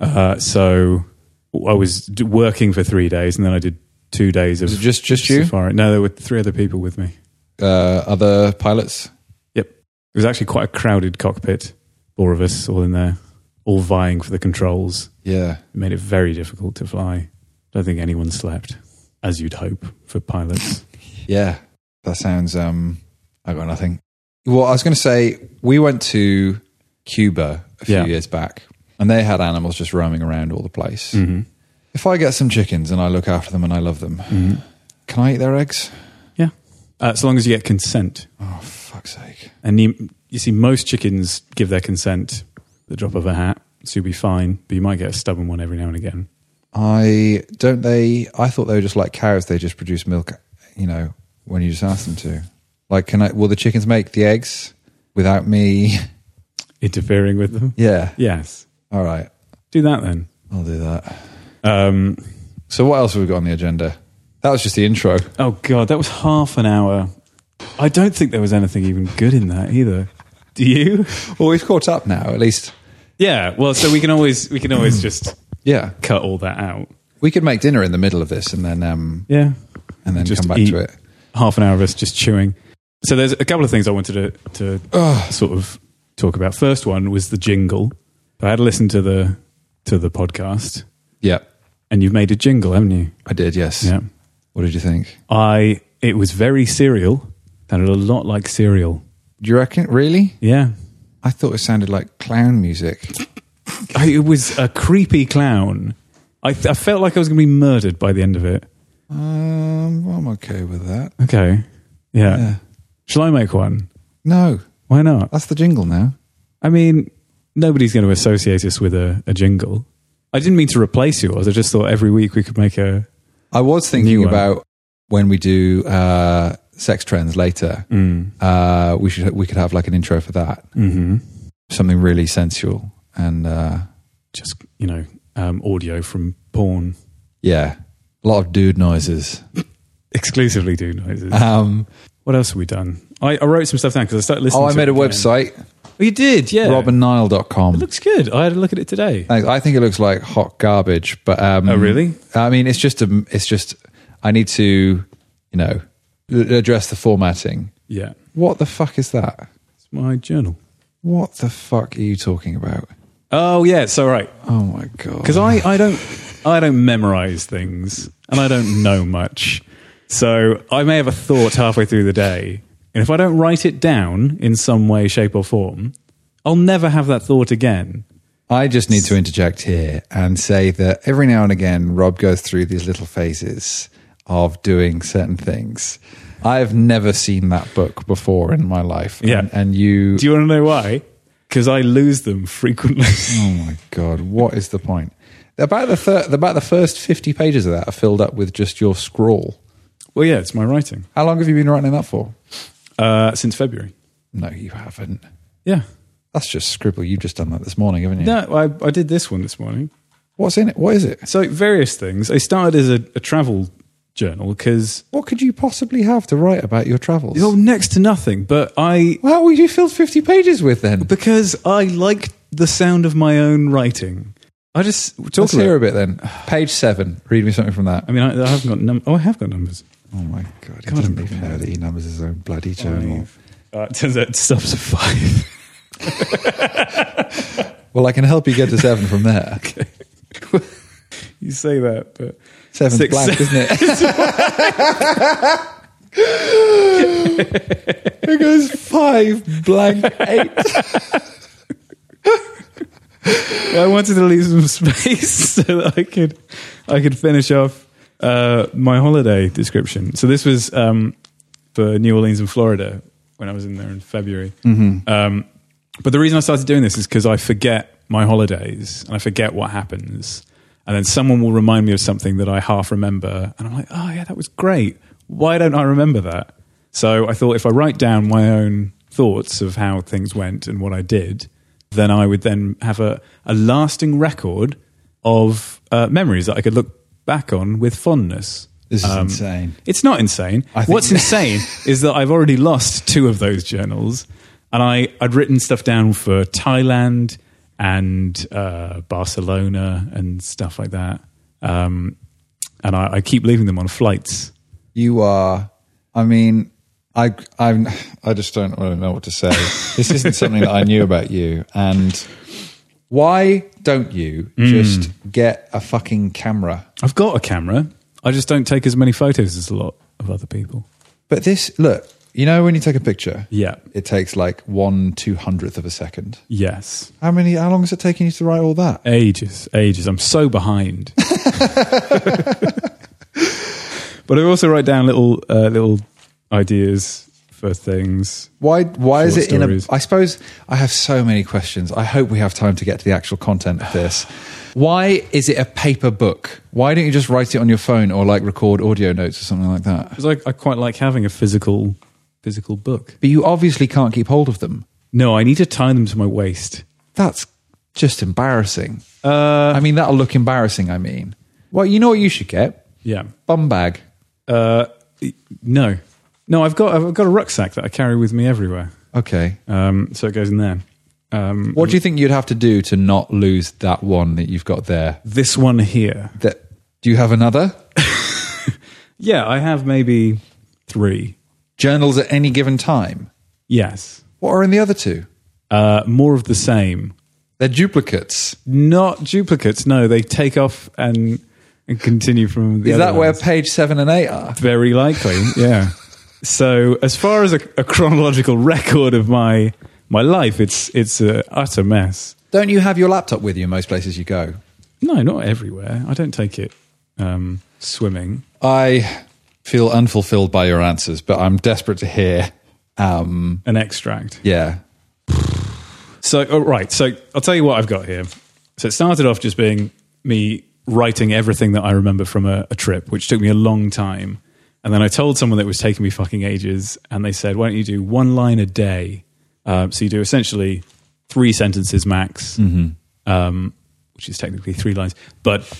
Speaker 2: Uh, so I was d- working for three days and then I did two days of.
Speaker 1: Was it just just you?
Speaker 2: safari. No, there were three other people with me.
Speaker 1: Uh, other pilots?
Speaker 2: Yep. It was actually quite a crowded cockpit. Four of us all in there, all vying for the controls.
Speaker 1: Yeah,
Speaker 2: It made it very difficult to fly. Don't think anyone slept, as you'd hope for pilots.
Speaker 1: yeah. That sounds. Um, I got nothing. Well, I was going to say we went to Cuba a few
Speaker 2: Yeah.
Speaker 1: years back, and they had animals just roaming around all the place.
Speaker 2: mm-hmm.
Speaker 1: If I get some chickens and I look after them and I love them, can I eat their eggs?
Speaker 2: Uh, so long as you get consent.
Speaker 1: Oh, fuck's sake!
Speaker 2: And you, you see, most chickens give their consent at the drop of a hat, so you'll be fine, but you might get a stubborn one every now and again.
Speaker 1: I don't. They. I thought they were just like cows. They just produce milk. You know, when you just ask them to. Like, can I? Will the chickens make the eggs without me? (laughs)
Speaker 2: Interfering with them?
Speaker 1: Yeah.
Speaker 2: Yes.
Speaker 1: All right.
Speaker 2: Do that then.
Speaker 1: I'll do that.
Speaker 2: Um,
Speaker 1: So what else have we got on the agenda? That was just the intro.
Speaker 2: oh god, that was half an hour. I don't think there was anything even good in that either. Do you?
Speaker 1: Well, we've caught up now, at least.
Speaker 2: Yeah. Well, so we can always we can always just
Speaker 1: Yeah,
Speaker 2: cut all that out.
Speaker 1: we could make dinner in the middle of this and then um,
Speaker 2: Yeah.
Speaker 1: and then
Speaker 2: Just
Speaker 1: come back
Speaker 2: eat.
Speaker 1: to it.
Speaker 2: Half an hour of us just chewing. So there's a couple of things I wanted to, to
Speaker 1: Ugh.
Speaker 2: sort of talk about. First one was the jingle. I had listened to the to the podcast,
Speaker 1: Yeah,
Speaker 2: and you've made a jingle, haven't you?
Speaker 1: I did. Yes.
Speaker 2: Yeah.
Speaker 1: What did you think?
Speaker 2: I it was very serial. Sounded a lot like serial.
Speaker 1: Do you reckon? Really?
Speaker 2: Yeah.
Speaker 1: I thought it sounded like clown music.
Speaker 2: I, it was a creepy clown. I, I felt like I was going to be murdered by the end of it.
Speaker 1: Um, I'm okay with that.
Speaker 2: Okay. Yeah.
Speaker 1: Yeah.
Speaker 2: Shall I make one?
Speaker 1: No,
Speaker 2: Why not?
Speaker 1: that's the jingle now.
Speaker 2: I mean, nobody's going to associate us with a, a jingle. I didn't mean to replace yours. I just thought every week we could make a.
Speaker 1: I was
Speaker 2: New
Speaker 1: thinking
Speaker 2: one.
Speaker 1: about when we do uh, sex trends later. Uh, we should we could have like an intro for that.
Speaker 2: Mm-hmm.
Speaker 1: Something really sensual and uh,
Speaker 2: Just, you know, um, audio from porn.
Speaker 1: yeah, a lot of dude noises.
Speaker 2: Exclusively do noises.
Speaker 1: Um,
Speaker 2: what else have we done? I, I wrote some stuff down because I started listening
Speaker 1: oh, I
Speaker 2: to
Speaker 1: made
Speaker 2: it
Speaker 1: a
Speaker 2: again.
Speaker 1: website,
Speaker 2: Oh, you did, yeah. It
Speaker 1: robinnile.com.
Speaker 2: looks good. I had a look at it today.
Speaker 1: Thanks. I think it looks like hot garbage, but um,
Speaker 2: Oh, really?
Speaker 1: I mean, it's just a, it's just I need to, you know, l- address the formatting.
Speaker 2: Yeah.
Speaker 1: What the fuck is that?
Speaker 2: It's my journal.
Speaker 1: What the fuck are you talking about?
Speaker 2: Oh, yeah. It's all right.
Speaker 1: Oh my god!
Speaker 2: because I, I don't I don't memorize things and I don't know much. So I may have a thought halfway through the day, and if I don't write it down in some way, shape, or form, I'll never have that thought again.
Speaker 1: I just need to interject here and say that every now and again, Rob goes through these little phases of doing certain things. I've never seen that book before in my life.
Speaker 2: Yeah.
Speaker 1: And, and you,
Speaker 2: Do you want to know why? Because I lose them frequently. (laughs)
Speaker 1: Oh my God. What is the point? About the, thir- about the first 50 pages of that are filled up with just your scrawl.
Speaker 2: well, yeah, it's my writing
Speaker 1: How long have you been writing that for?
Speaker 2: uh, since February.
Speaker 1: No, you haven't.
Speaker 2: Yeah,
Speaker 1: That's just scribble. You've just done that this morning, haven't you?
Speaker 2: no, I, I did this one this morning.
Speaker 1: What's in it? What is it?
Speaker 2: So various things. I started as a, a travel journal because
Speaker 1: What could you possibly have to write about your travels?
Speaker 2: oh, next to nothing. But I
Speaker 1: Well, What would you fill 50 pages with then?
Speaker 2: Because I like the sound of my own writing. I just talk
Speaker 1: Let's
Speaker 2: about.
Speaker 1: hear
Speaker 2: it.
Speaker 1: a bit then. Page seven. Read me something from that.
Speaker 2: I mean, I, I haven't got num. Oh, I have got numbers.
Speaker 1: Oh my god! He
Speaker 2: God,
Speaker 1: doesn't
Speaker 2: I'm
Speaker 1: even know that he numbers his own bloody journal.
Speaker 2: Uh, (laughs) it turns out it stops at five. (laughs)
Speaker 1: Well, I can help you get to seven from (laughs) there.
Speaker 2: you say that, but
Speaker 1: Seven's
Speaker 2: Six,
Speaker 1: blank,
Speaker 2: seven.
Speaker 1: isn't (laughs) it? it goes five blank eight.
Speaker 2: (laughs) I wanted to leave some (laughs) space so that I could, I could finish off uh, my holiday description. So this was um, for New Orleans and Florida when I was in there in February. Um, but the reason I started doing this is because I forget my holidays and I forget what happens, and then someone will remind me of something that I half remember, and I'm like, oh yeah, that was great. Why don't I remember that? So I thought if I write down my own thoughts of how things went and what I did, then I would then have a, a lasting record of uh, memories that I could look back on with fondness.
Speaker 1: This
Speaker 2: Um,
Speaker 1: is insane.
Speaker 2: It's not insane.
Speaker 1: I think- (laughs)
Speaker 2: What's insane is that I've already lost two of those journals, and I, I'd written stuff down for Thailand and uh, Barcelona and stuff like that. Um, and I, I keep leaving them on flights.
Speaker 1: You are. I mean, I I'm. I just don't really know what to say. This isn't something that I knew about you. And why don't you just get a fucking camera?
Speaker 2: I've got a camera. I just don't take as many photos as a lot of other people.
Speaker 1: But this look. You know when you take a picture,
Speaker 2: Yeah.
Speaker 1: it takes like one two hundredth of a second.
Speaker 2: Yes.
Speaker 1: How many? How long is it taking you to write all that?
Speaker 2: Ages, ages. I'm so behind. (laughs) but I also write down little uh, little ideas for things.
Speaker 1: Why? Why is
Speaker 2: Short
Speaker 1: it in a?
Speaker 2: stories.
Speaker 1: I suppose I have so many questions. I hope we have time to get to the actual content of this. Why is it a paper book? Why don't you just write it on your phone or like record audio notes or something like that?
Speaker 2: Because I, I quite like having a physical physical book.
Speaker 1: But you obviously can't keep hold of them.
Speaker 2: No, I need to tie them to my waist.
Speaker 1: That's just embarrassing.
Speaker 2: Uh,
Speaker 1: I mean, that'll look embarrassing. I mean, well, you know what you should get?
Speaker 2: yeah.
Speaker 1: Bum bag.
Speaker 2: Uh, no, no. I've got I've got a rucksack that I carry with me everywhere.
Speaker 1: Okay.
Speaker 2: Um, so it goes in there. Um,
Speaker 1: What do you think you'd have to do to not lose that one that you've got there?
Speaker 2: this one here.
Speaker 1: That do you have another?
Speaker 2: Yeah, I have maybe three.
Speaker 1: Journals at any given time.
Speaker 2: Yes.
Speaker 1: What are in the other two?
Speaker 2: Uh, more of the same.
Speaker 1: They're duplicates.
Speaker 2: Not duplicates. No, they take off and, and continue from the
Speaker 1: Is
Speaker 2: other
Speaker 1: that where
Speaker 2: ones.
Speaker 1: page seven and eight are?
Speaker 2: Very likely, yeah. (laughs) so, as far as a, a chronological (laughs) record of my my life, it's it's a utter mess.
Speaker 1: Don't you have your laptop with you most places you go?
Speaker 2: No, not everywhere. I don't take it um, swimming.
Speaker 1: I feel unfulfilled by your answers, but I'm desperate to hear. Um,
Speaker 2: An extract.
Speaker 1: yeah.
Speaker 2: So, all right. So, I'll tell you what I've got here. So, it started off just being me writing everything that I remember from a, a trip, which took me a long time. And then I told someone that it was taking me fucking ages, and they said, "Why don't you do one line a day?" Uh, so you do essentially three sentences max, um, which is technically three lines, but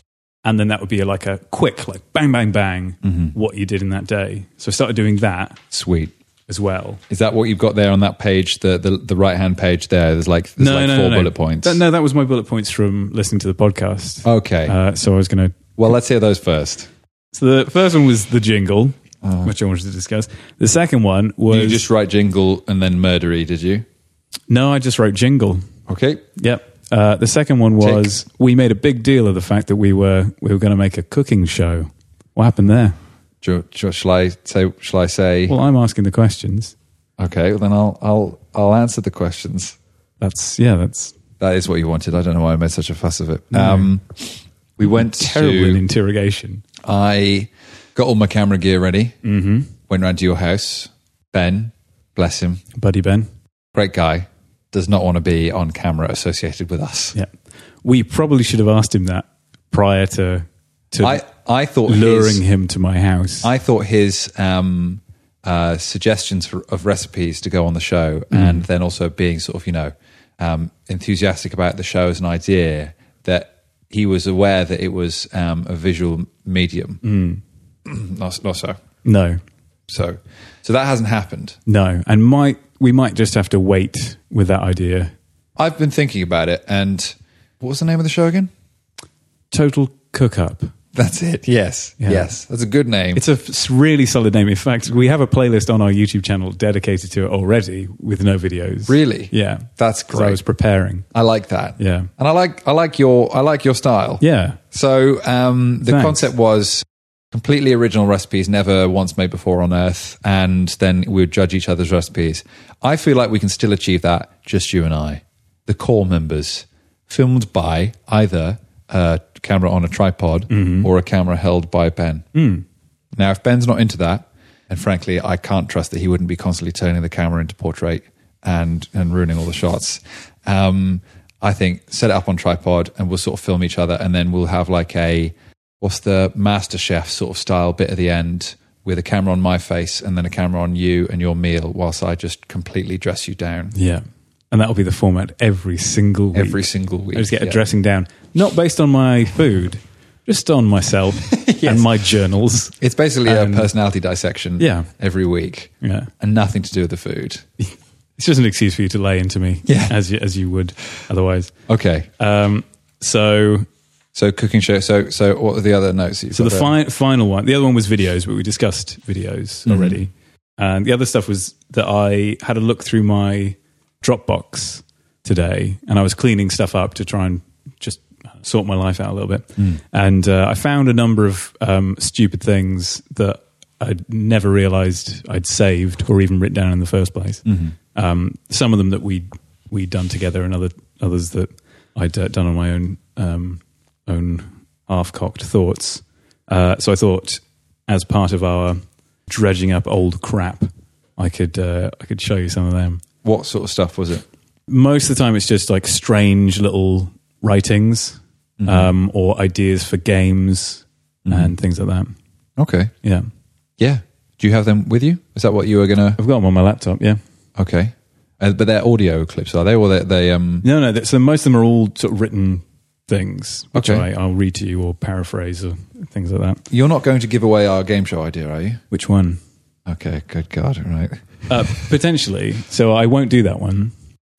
Speaker 2: and then that would be like a quick, like bang, bang, bang, what you did in that day. So I started doing that
Speaker 1: Sweet.
Speaker 2: as well.
Speaker 1: Is that what you've got there on that page, the the, the right hand page there? There's like, there's like four bullet points. Oh.
Speaker 2: That- no, that was my bullet points from listening to the podcast.
Speaker 1: Okay.
Speaker 2: Uh, so I was going to.
Speaker 1: well, let's hear those first.
Speaker 2: So the first one was the jingle, which I wanted to discuss. The second one was
Speaker 1: Oh. You just write jingle and then murdery, did you?
Speaker 2: no, I just wrote jingle.
Speaker 1: Okay.
Speaker 2: Yep. Uh, the second one was we made a big deal of the fact that we were we were going to make a cooking show. What happened there?
Speaker 1: Jo- jo- shall I say? Shall I say?
Speaker 2: Well, I'm asking the questions.
Speaker 1: okay. Well, then I'll I'll I'll answer the questions.
Speaker 2: That's yeah, that's
Speaker 1: That is what you wanted. I don't know why I made such a fuss of it. Um, we went
Speaker 2: terrible in
Speaker 1: to.
Speaker 2: interrogation.
Speaker 1: I got all my camera gear ready. Mm-hmm. Went round to your house. Ben, bless him,
Speaker 2: Buddy Ben.
Speaker 1: great guy. Does not want to be on camera associated with us.
Speaker 2: Yeah. We probably should have asked him that prior to to
Speaker 1: I I thought his-
Speaker 2: luring him to my house.
Speaker 1: I thought his um, uh, suggestions for, of recipes to go on the show,
Speaker 2: Mm-hmm.
Speaker 1: and then also being sort of you know um, enthusiastic about the show as an idea, that he was aware that it was um, a visual medium. (clears throat)
Speaker 2: Mm.
Speaker 1: not, not so.
Speaker 2: no.
Speaker 1: So, so that hasn't happened.
Speaker 2: No. And might we might just have to wait with that idea.
Speaker 1: I've been thinking about it, and what was the name of the show again?
Speaker 2: Total cook up.
Speaker 1: That's it. Yes,
Speaker 2: Yeah.
Speaker 1: yes, that's a good name.
Speaker 2: It's a f- really solid name. In fact, we have a playlist on our YouTube channel dedicated to it already with no videos.
Speaker 1: Really?
Speaker 2: Yeah.
Speaker 1: that's
Speaker 2: 'Cause I
Speaker 1: great.
Speaker 2: was preparing.
Speaker 1: I like that.
Speaker 2: Yeah.
Speaker 1: and I like I like your I like your style.
Speaker 2: Yeah.
Speaker 1: So um, the
Speaker 2: Thanks.
Speaker 1: concept was completely original recipes, never once made before on Earth, and then we would judge each other's recipes. I feel like we can still achieve that, just you and I, the core members, filmed by either a camera on a tripod or a camera held by Ben. Now, if Ben's not into that, and frankly, I can't trust that he wouldn't be constantly turning the camera into portrait and and ruining all the shots. Um, I think set it up on tripod and we'll sort of film each other, and then we'll have like a what's the master chef sort of style bit at the end with a camera on my face and then a camera on you and your meal, whilst I just completely dress you down
Speaker 2: Yeah. And that'll be the format every single week.
Speaker 1: every single week.
Speaker 2: I just get a
Speaker 1: Yeah.
Speaker 2: dressing down, not based on my food, just on
Speaker 1: (laughs)
Speaker 2: myself and my journals.
Speaker 1: It's basically a personality dissection.
Speaker 2: yeah.
Speaker 1: every week.
Speaker 2: Yeah.
Speaker 1: and nothing to do with the food.
Speaker 2: It's just an excuse for you to lay into me
Speaker 1: Yeah.
Speaker 2: as, you, as you would otherwise.
Speaker 1: Okay,
Speaker 2: Um, so
Speaker 1: so cooking show. So so what are the other notes? That you've
Speaker 2: So
Speaker 1: got Mm-hmm.
Speaker 2: the
Speaker 1: there?
Speaker 2: fi- final one, the other one was videos, but we discussed videos already. And the other stuff was that I had a look through my Dropbox today, and I was cleaning stuff up to try and just sort my life out a little bit. And uh, I found a number of um, stupid things that I'd never realised I'd saved or even written down in the first place. Um, some of them that we we'd done together, and other others that I'd uh, done on my own um, own half cocked thoughts. Uh, so I thought, as part of our dredging up old crap, I could uh, I could show you some of them.
Speaker 1: What sort of stuff was it?
Speaker 2: Most of the time, it's just like strange little writings um, or ideas for games
Speaker 1: Mm-hmm.
Speaker 2: and things like that.
Speaker 1: Okay.
Speaker 2: Yeah,
Speaker 1: Yeah. Do you have them with you? Is that what you were gonna?
Speaker 2: I've got them on my laptop. Yeah,
Speaker 1: Okay. Uh, but they're audio clips, are they? Or they, they um,
Speaker 2: No, no. th- So most of them are all sort of written things, which
Speaker 1: Okay.
Speaker 2: I, I'll read to you or paraphrase or things like that.
Speaker 1: you're not going to give away our game show idea, are you?
Speaker 2: Which one?
Speaker 1: Okay, good God, right.
Speaker 2: Uh, potentially. So I won't do that one.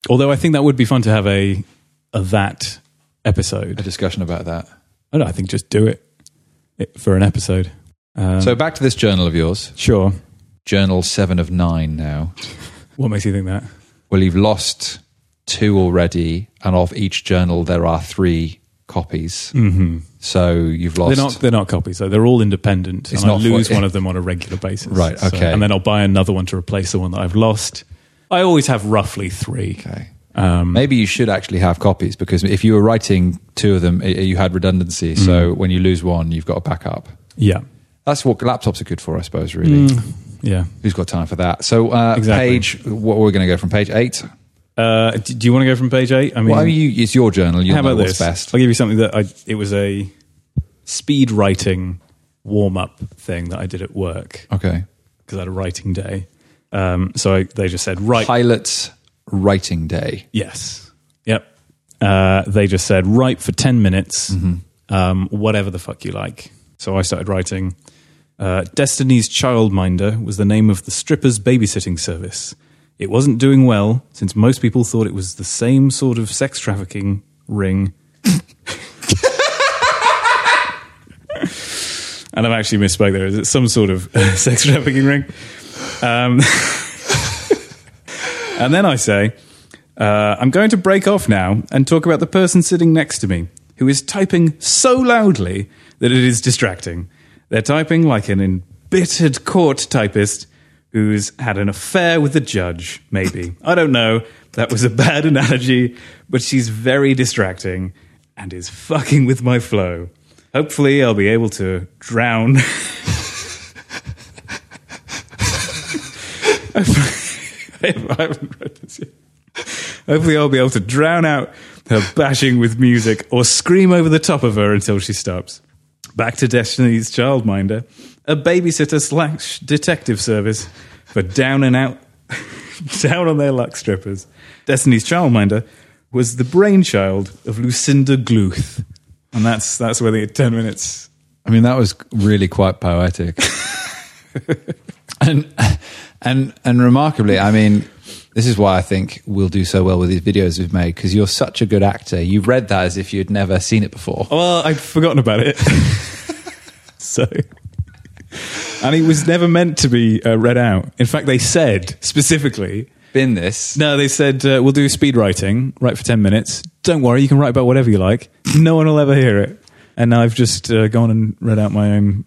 Speaker 2: Although I think that would be fun to have a, a that
Speaker 1: A
Speaker 2: episode.
Speaker 1: discussion about that.
Speaker 2: I, don't, I think just do it, it for an episode. Um,
Speaker 1: so back to this journal of yours,
Speaker 2: sure.
Speaker 1: journal seven of nine now.
Speaker 2: What makes you think that?
Speaker 1: Well, you've lost two already, and of each journal there are three copies.
Speaker 2: Mm-hmm.
Speaker 1: So you've
Speaker 2: They're
Speaker 1: lost.
Speaker 2: not. They're not copies. So they're all independent.
Speaker 1: It's
Speaker 2: and I
Speaker 1: not for-
Speaker 2: lose one of them on a regular basis.
Speaker 1: Right,
Speaker 2: So-
Speaker 1: okay.
Speaker 2: and then I'll buy another one to replace the one that I've lost. I always have roughly three.
Speaker 1: okay.
Speaker 2: Um,
Speaker 1: Maybe you should actually have copies because if you were writing two of them, i you had redundancy.
Speaker 2: Mm.
Speaker 1: So when you lose one, you've got a backup.
Speaker 2: yeah.
Speaker 1: That's what laptops are good for, I suppose. Really,
Speaker 2: Yeah.
Speaker 1: who's got time for that? So uh,
Speaker 2: Mm. Exactly.
Speaker 1: page, what we're going to go from page eight.
Speaker 2: Uh, do, do you want to go from page eight? I mean,
Speaker 1: well, I mean, you, it's your journal. You
Speaker 2: how
Speaker 1: know
Speaker 2: about
Speaker 1: what's
Speaker 2: this?
Speaker 1: best.
Speaker 2: I'll give you something that I. It was a speed writing warm up thing that I did at work
Speaker 1: Okay.
Speaker 2: because I had a writing day. Um, so I, they just said, right,
Speaker 1: Pilots writing day.
Speaker 2: Yes. Yep. Uh, they just said, write for 10 minutes, um, whatever the fuck you like. So I started writing. Uh, Destiny's Childminder was the name of the stripper's babysitting service. It wasn't doing well since most people thought it was the same sort of sex trafficking ring. (laughs) and I've actually misspoke there. Is it some sort of (laughs) sex trafficking ring? Um, (laughs) and then I say, uh, I'm going to break off now and talk about the person sitting next to me who is typing so loudly that it is distracting. They're typing like an embittered court typist who's had an affair with the judge, maybe. I don't know. That was a bad analogy, but she's very distracting and is fucking with my flow. Hopefully, I'll be able to drown. (laughs) I (laughs) haven't read this yet. Hopefully, I'll be able to drown out her bashing with music or scream over the top of her until she stops. Back to Destiny's Childminder, a babysitter slash detective service for down and out, (laughs) down on their luck strippers. Destiny's Childminder was the brainchild of Lucinda Gluth, and that's that's where the ten minutes.
Speaker 1: I mean, that was really quite (laughs) poetic. and and and remarkably, I mean, this is why I think we'll do so well with these videos we've made because you're such a good actor. You read that as if you'd never seen it before.
Speaker 2: Well, oh, I'd forgotten about it, (laughs) so. And it was never meant to be uh, read out. In fact, they said specifically
Speaker 1: Been this.
Speaker 2: No, they said uh, we'll do speed writing, write for ten minutes. Don't worry, you can write about whatever you like. No one will ever hear it. And now I've just uh, gone and read out my own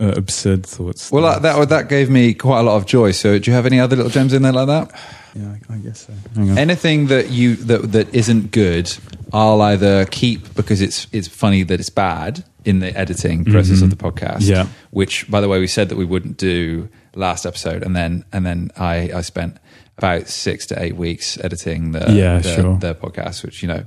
Speaker 2: uh, absurd thoughts.
Speaker 1: Well, that, that that gave me quite a lot of joy. So, do you have any other little gems in there like that?
Speaker 2: yeah, I, I guess so. Hang on.
Speaker 1: Anything that you that that isn't good, I'll either keep because it's it's funny that it's bad in the editing process of the podcast.
Speaker 2: Mm-hmm. Yeah.
Speaker 1: Which, by the way, we said that we wouldn't do last episode, and then and then I I spent about six to eight weeks editing the
Speaker 2: Yeah,
Speaker 1: the,
Speaker 2: sure.
Speaker 1: the podcast, which you know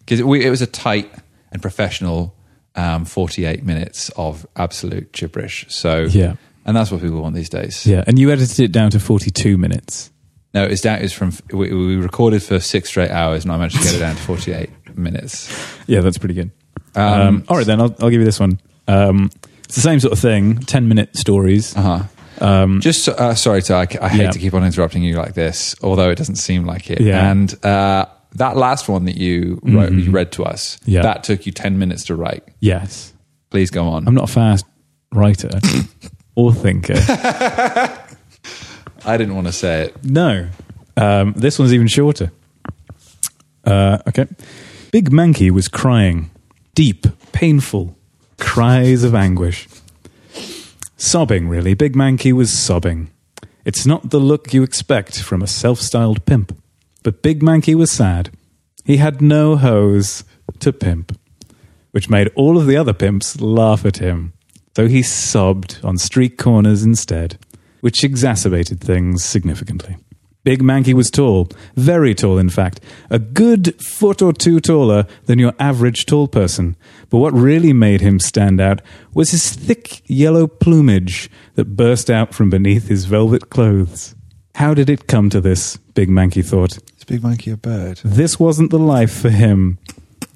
Speaker 1: because it, we- it was a tight and professional um, forty eight minutes of absolute gibberish. So
Speaker 2: Yeah.
Speaker 1: And that's what people want these days.
Speaker 2: Yeah, and you edited it down to forty-two minutes.
Speaker 1: No, it's down. It's from we, we recorded for six straight hours, and I managed to get it down to forty-eight
Speaker 2: (laughs)
Speaker 1: minutes.
Speaker 2: Yeah, that's pretty good. Um, all right, then I'll, I'll give you this one. Um, it's the same sort of thing. Ten-minute stories.
Speaker 1: Uh huh. Just uh, sorry, to, I, I hate
Speaker 2: Mm. Yeah.
Speaker 1: to keep on interrupting you like this, although it doesn't seem like it.
Speaker 2: Yeah. Mm-hmm.
Speaker 1: And uh, that last one that you wrote, you read to us,
Speaker 2: Yeah.
Speaker 1: that took you ten minutes to write.
Speaker 2: Yes,
Speaker 1: Please go on.
Speaker 2: I'm not a fast
Speaker 1: (laughs)
Speaker 2: writer or thinker.
Speaker 1: I didn't want to say it.
Speaker 2: No. Um, this one's even shorter. Uh, okay. Big Mankey was crying. Deep, painful cries of anguish. Sobbing, really. Big Mankey was sobbing. It's not the look you expect from a self styled pimp. But Big Mankey was sad. He had no hose to pimp, which made all of the other pimps laugh at him, though he sobbed on street corners instead, which exacerbated things significantly. Big Mankey was tall, very tall, in fact, a good foot or two taller than your average tall person. But what really made him stand out was his thick yellow plumage that burst out from beneath his velvet clothes. How did it come to this? Big Mankey thought.
Speaker 1: Is Big Monkey a bird?
Speaker 2: This wasn't the life for him.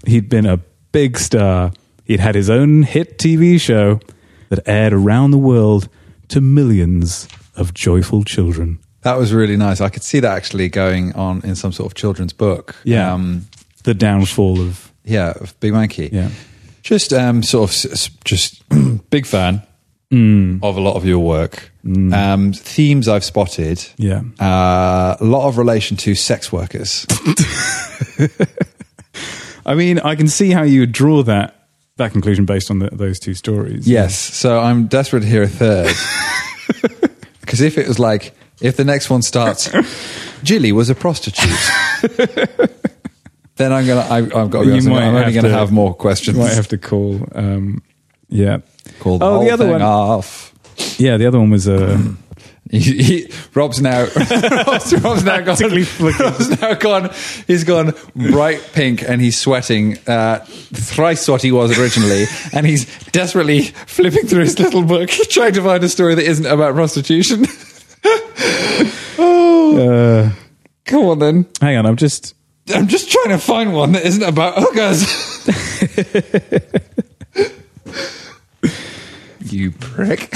Speaker 2: He'd been a big star. He'd had his own hit TV show that aired around the world to millions of joyful children.
Speaker 1: That was really nice. I could see that actually going on in some sort of children's book.
Speaker 2: Yeah.
Speaker 1: Um,
Speaker 2: The downfall of.
Speaker 1: yeah, of Big Monkey.
Speaker 2: Yeah.
Speaker 1: Just um, sort of s- s- just (clears throat) big fan
Speaker 2: Mm.
Speaker 1: of a lot of your work. Um, themes I've spotted.
Speaker 2: Yeah.
Speaker 1: Uh, a lot of relation to sex workers.
Speaker 2: I mean, I can see how you would draw that that conclusion based on the, those two stories.
Speaker 1: yes. So I'm desperate to hear a
Speaker 2: (laughs)
Speaker 1: third. Because if it was like, if the next one starts, Jilly was a
Speaker 2: (laughs)
Speaker 1: prostitute. then I'm gonna. I, I've got. To be
Speaker 2: You
Speaker 1: honest,
Speaker 2: might
Speaker 1: I'm only
Speaker 2: have
Speaker 1: gonna
Speaker 2: to-
Speaker 1: have more
Speaker 2: You
Speaker 1: questions.
Speaker 2: might have to call. Um, yeah.
Speaker 1: Call the
Speaker 2: Oh,
Speaker 1: whole
Speaker 2: the other
Speaker 1: thing
Speaker 2: one.
Speaker 1: off.
Speaker 2: Yeah, the other one
Speaker 1: (clears throat)
Speaker 2: was uh,
Speaker 1: He, he, Rob's now. (laughs) Rob's, Rob's now gone.
Speaker 2: Practically flicking.
Speaker 1: Rob's now gone. He's gone bright pink, and he's sweating uh, thrice what he was originally, and he's desperately flipping through his little book, (laughs) trying to find a story that isn't about prostitution. (laughs) oh,
Speaker 2: uh,
Speaker 1: come on then!
Speaker 2: hang on, I'm just
Speaker 1: I'm just trying to find one that isn't about hookers. (laughs) you prick!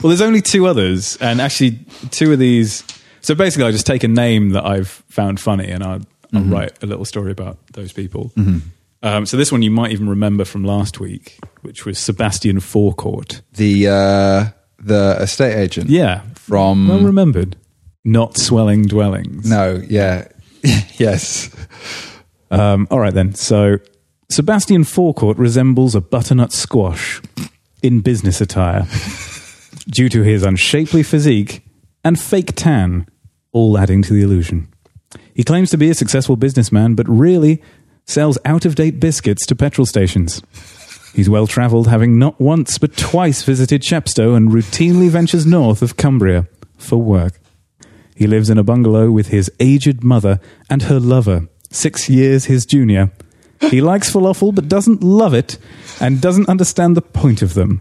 Speaker 2: Well, there's only two others, and actually, two of these. So basically, I just take a name that I've found funny, and I will write a little story about those people. Um, so this one you might even remember from last week, which was Sebastian Forecourt.
Speaker 1: The uh, the estate agent.
Speaker 2: Yeah,
Speaker 1: From
Speaker 2: well remembered. Not swelling dwellings.
Speaker 1: No, yeah. (laughs) yes.
Speaker 2: Um, all right then. So Sebastian Forecourt resembles a butternut squash in business attire (laughs) due to his unshapely physique and fake tan, all adding to the illusion. He claims to be a successful businessman, but really sells out of date biscuits to petrol stations. He's well travelled, having not once but twice visited Chepstow and routinely ventures north of Cumbria for work. He lives in a bungalow with his aged mother and her lover, six years his junior. He likes falafel but doesn't love it and doesn't understand the point of them.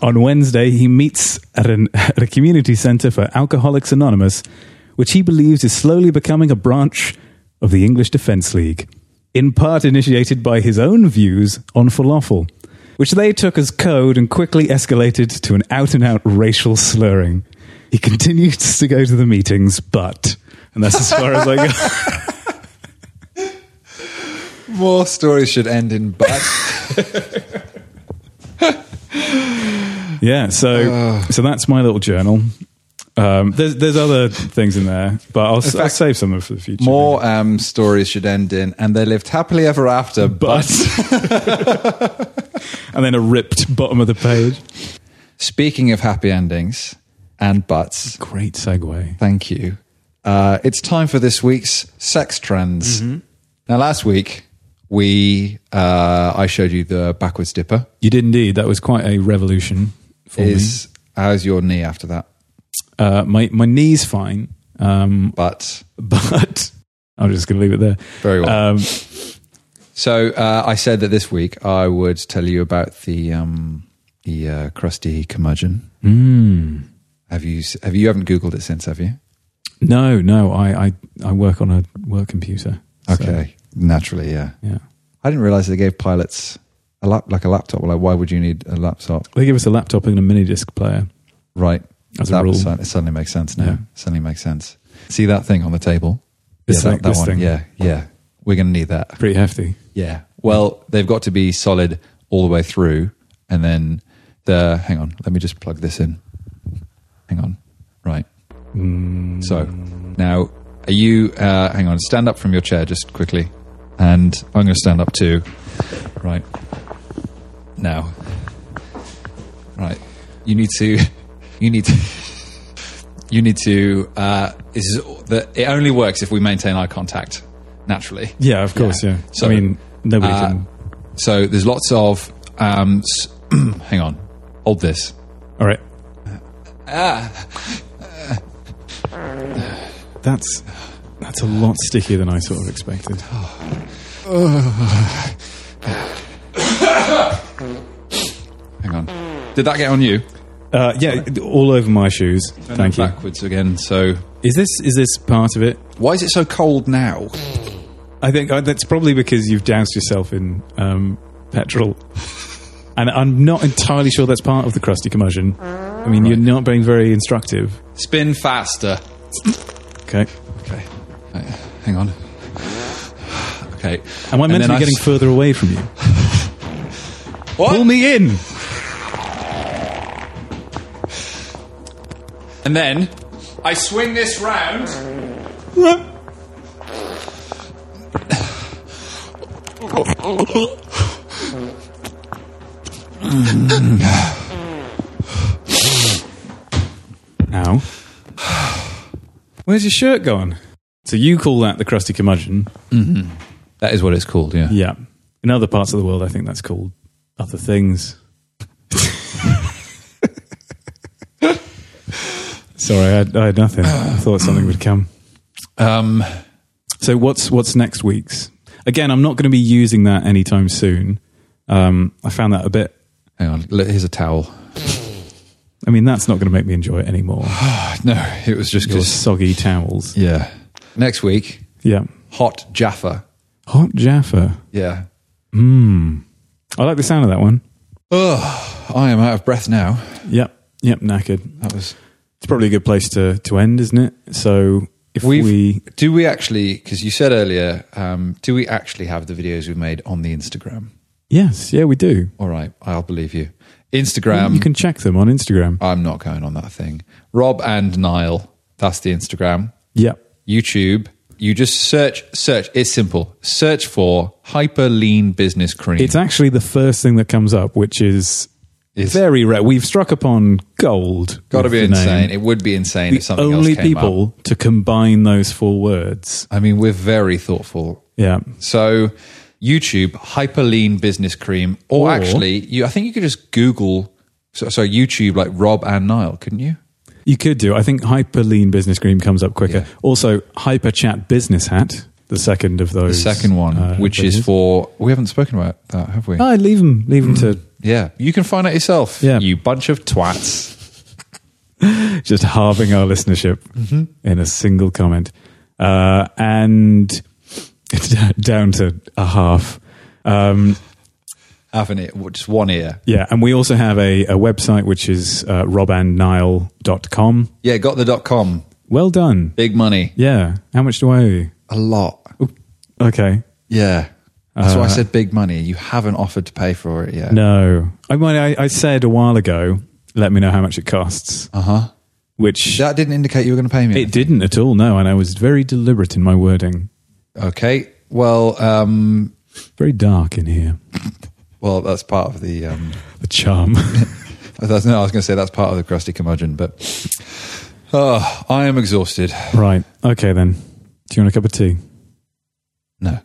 Speaker 2: On Wednesday, he meets at, an, (laughs) at a community centre for Alcoholics Anonymous, which he believes is slowly becoming a branch of the English Defence League, in part initiated by his own views on falafel, which they took as code and quickly escalated to an out and out racial slurring. He continues to go to the meetings, but. And that's as far as I go.
Speaker 1: (laughs) More stories should end in but.
Speaker 2: Yeah, so so that's my little journal. Um, there's there's other things in there, but I'll, s will
Speaker 1: fact,
Speaker 2: save some of for the future.
Speaker 1: More um, stories should end in, and they lived happily ever after, but.
Speaker 2: but (laughs) and then a ripped bottom of the page.
Speaker 1: Speaking of happy endings and buts,
Speaker 2: Great segue.
Speaker 1: thank you. Uh, it's time for this week's sex trends. Now, last week, we uh, I showed you the backwards dipper.
Speaker 2: You did indeed. That was quite a revolution for
Speaker 1: Is how's your knee after that?
Speaker 2: me. Uh, my my knee's fine, um, (laughs)
Speaker 1: But
Speaker 2: but I'm just going to leave it there.
Speaker 1: very well.
Speaker 2: Um,
Speaker 1: So uh, I said that this week I would tell you about the um, the uh, crusty curmudgeon.
Speaker 2: mm.
Speaker 1: Have you s- have you haven't googled it since? Have you?
Speaker 2: no, no, I, I I work on a work computer. so,
Speaker 1: Okay, naturally, yeah.
Speaker 2: yeah,
Speaker 1: I didn't realize they gave pilots a lap like a laptop. Like, why would you need a laptop?
Speaker 2: they give us a laptop and a mini disc player.
Speaker 1: Right.
Speaker 2: As a
Speaker 1: that
Speaker 2: rule.
Speaker 1: was- it suddenly makes sense now.
Speaker 2: Yeah.
Speaker 1: Suddenly makes sense. See that thing on the table?
Speaker 2: This
Speaker 1: yeah,
Speaker 2: thing-
Speaker 1: that, that
Speaker 2: this
Speaker 1: one.
Speaker 2: thing.
Speaker 1: Yeah, yeah. We're going to need that.
Speaker 2: Pretty hefty.
Speaker 1: Yeah. Well, they've got to be solid all the way through. And then the, hang on, let me just plug this in. Hang on. Right. So now, are you, uh, hang on, stand up from your chair just quickly. And I'm going to stand up too. Right. Now. Right. You need to, (laughs) you need to. You need to. Uh, this is the, it only works if we maintain eye contact naturally.
Speaker 2: Yeah, of course. Yeah.
Speaker 1: So,
Speaker 2: I mean, nobody
Speaker 1: uh,
Speaker 2: can.
Speaker 1: So there's lots of. Um, s- (clears throat) hang on, hold this.
Speaker 2: All right. That's that's a lot stickier than I sort of expected.
Speaker 1: Hang on. Did that get on you?
Speaker 2: Uh, yeah, all over my shoes. Thank you.
Speaker 1: Backwards again. So
Speaker 2: Is this is this part of it?
Speaker 1: why is it so cold now?
Speaker 2: I think uh, that's probably because you've doused yourself in um, petrol, and I'm not entirely sure that's part of the crusty commotion. I mean, you're not being very instructive.
Speaker 1: Spin faster.
Speaker 2: Okay,
Speaker 1: Okay. Uh, Hang on. Okay.
Speaker 2: am I meant to be getting further away from you?
Speaker 1: What?
Speaker 2: Pull me in.
Speaker 1: And then I swing this round.
Speaker 2: Now, where's your shirt gone? So you call that the crusty curmudgeon?
Speaker 1: That is what it's called, yeah.
Speaker 2: Yeah. In other parts of the world, I think that's called other things. Sorry, I had, I had nothing. I thought something would come.
Speaker 1: Um,
Speaker 2: So what's what's next week's? Again, I'm not going to be using that anytime soon. Um, I found that a bit.
Speaker 1: hang on. L- Here's a towel. (laughs)
Speaker 2: I mean, that's not going to make me enjoy
Speaker 1: (sighs)
Speaker 2: it anymore.
Speaker 1: No, it was just
Speaker 2: Your
Speaker 1: because.
Speaker 2: soggy towels.
Speaker 1: Yeah. Next week,
Speaker 2: Yeah.
Speaker 1: hot Jaffa.
Speaker 2: Hot Jaffa.
Speaker 1: Yeah.
Speaker 2: I like the sound of that one.
Speaker 1: Ugh, I am out of breath now.
Speaker 2: Yep. Yep. Knackered.
Speaker 1: That was.
Speaker 2: It's probably a good place to, to end, isn't it? So if
Speaker 1: We've-
Speaker 2: we
Speaker 1: Do we actually? Because you said earlier, um, do we actually have the videos we've made on the Instagram?
Speaker 2: yes, yeah, we do.
Speaker 1: All right, I'll believe you. Instagram.
Speaker 2: you can check them on Instagram.
Speaker 1: I'm not going on that thing. Rob and Niall. That's the Instagram.
Speaker 2: Yep.
Speaker 1: YouTube. You just search, search. It's simple. Search for hyper lean business cream.
Speaker 2: It's actually the first thing that comes up, which is
Speaker 1: Is-
Speaker 2: very rare. We've struck upon gold.
Speaker 1: got to
Speaker 2: with
Speaker 1: be
Speaker 2: the name.
Speaker 1: insane. It would be insane if
Speaker 2: The
Speaker 1: something
Speaker 2: only
Speaker 1: else came up.
Speaker 2: people to combine those four words.
Speaker 1: I mean, we're very thoughtful.
Speaker 2: Yeah.
Speaker 1: So YouTube hyper lean business cream, or,
Speaker 2: Or-
Speaker 1: actually, you I think you could just Google. So, so YouTube like Rob and Niall, couldn't you?
Speaker 2: You could do. I think hyper lean business cream comes up quicker.
Speaker 1: Yeah.
Speaker 2: Also, hyper chat business hat, the second of those.
Speaker 1: Second one,
Speaker 2: uh,
Speaker 1: which is
Speaker 2: business.
Speaker 1: for we haven't spoken about that, have we?
Speaker 2: Oh, leave them. Leave them to
Speaker 1: Yeah, you can find out yourself.
Speaker 2: Yeah.
Speaker 1: you bunch of twats.
Speaker 2: just halving our listenership
Speaker 1: Mm-hmm.
Speaker 2: in a single comment, uh, and down to a half. Um,
Speaker 1: Having it just one ear.
Speaker 2: yeah, and we also have a, a website which is uh, robandnile.com.
Speaker 1: Yeah, got the dot com.
Speaker 2: Well done.
Speaker 1: Big money.
Speaker 2: Yeah. How much do I owe you?
Speaker 1: A lot.
Speaker 2: Okay.
Speaker 1: Yeah. That's why I said big money. You haven't offered to pay for it yet.
Speaker 2: Uh, No. I mean, I, I said a while ago, let me know how much it costs,
Speaker 1: Uh huh.
Speaker 2: which
Speaker 1: That didn't indicate you were going to pay me.
Speaker 2: it didn't at all. No. And I was very deliberate in my wording.
Speaker 1: okay. Well, um,
Speaker 2: Very dark in here.
Speaker 1: well, that's part of the. Um,
Speaker 2: The charm. (laughs)
Speaker 1: That's, no, I was going to say that's part of the crusty curmudgeon, but oh, I am exhausted.
Speaker 2: right. Okay, then. Do you want a cup of tea?
Speaker 1: No.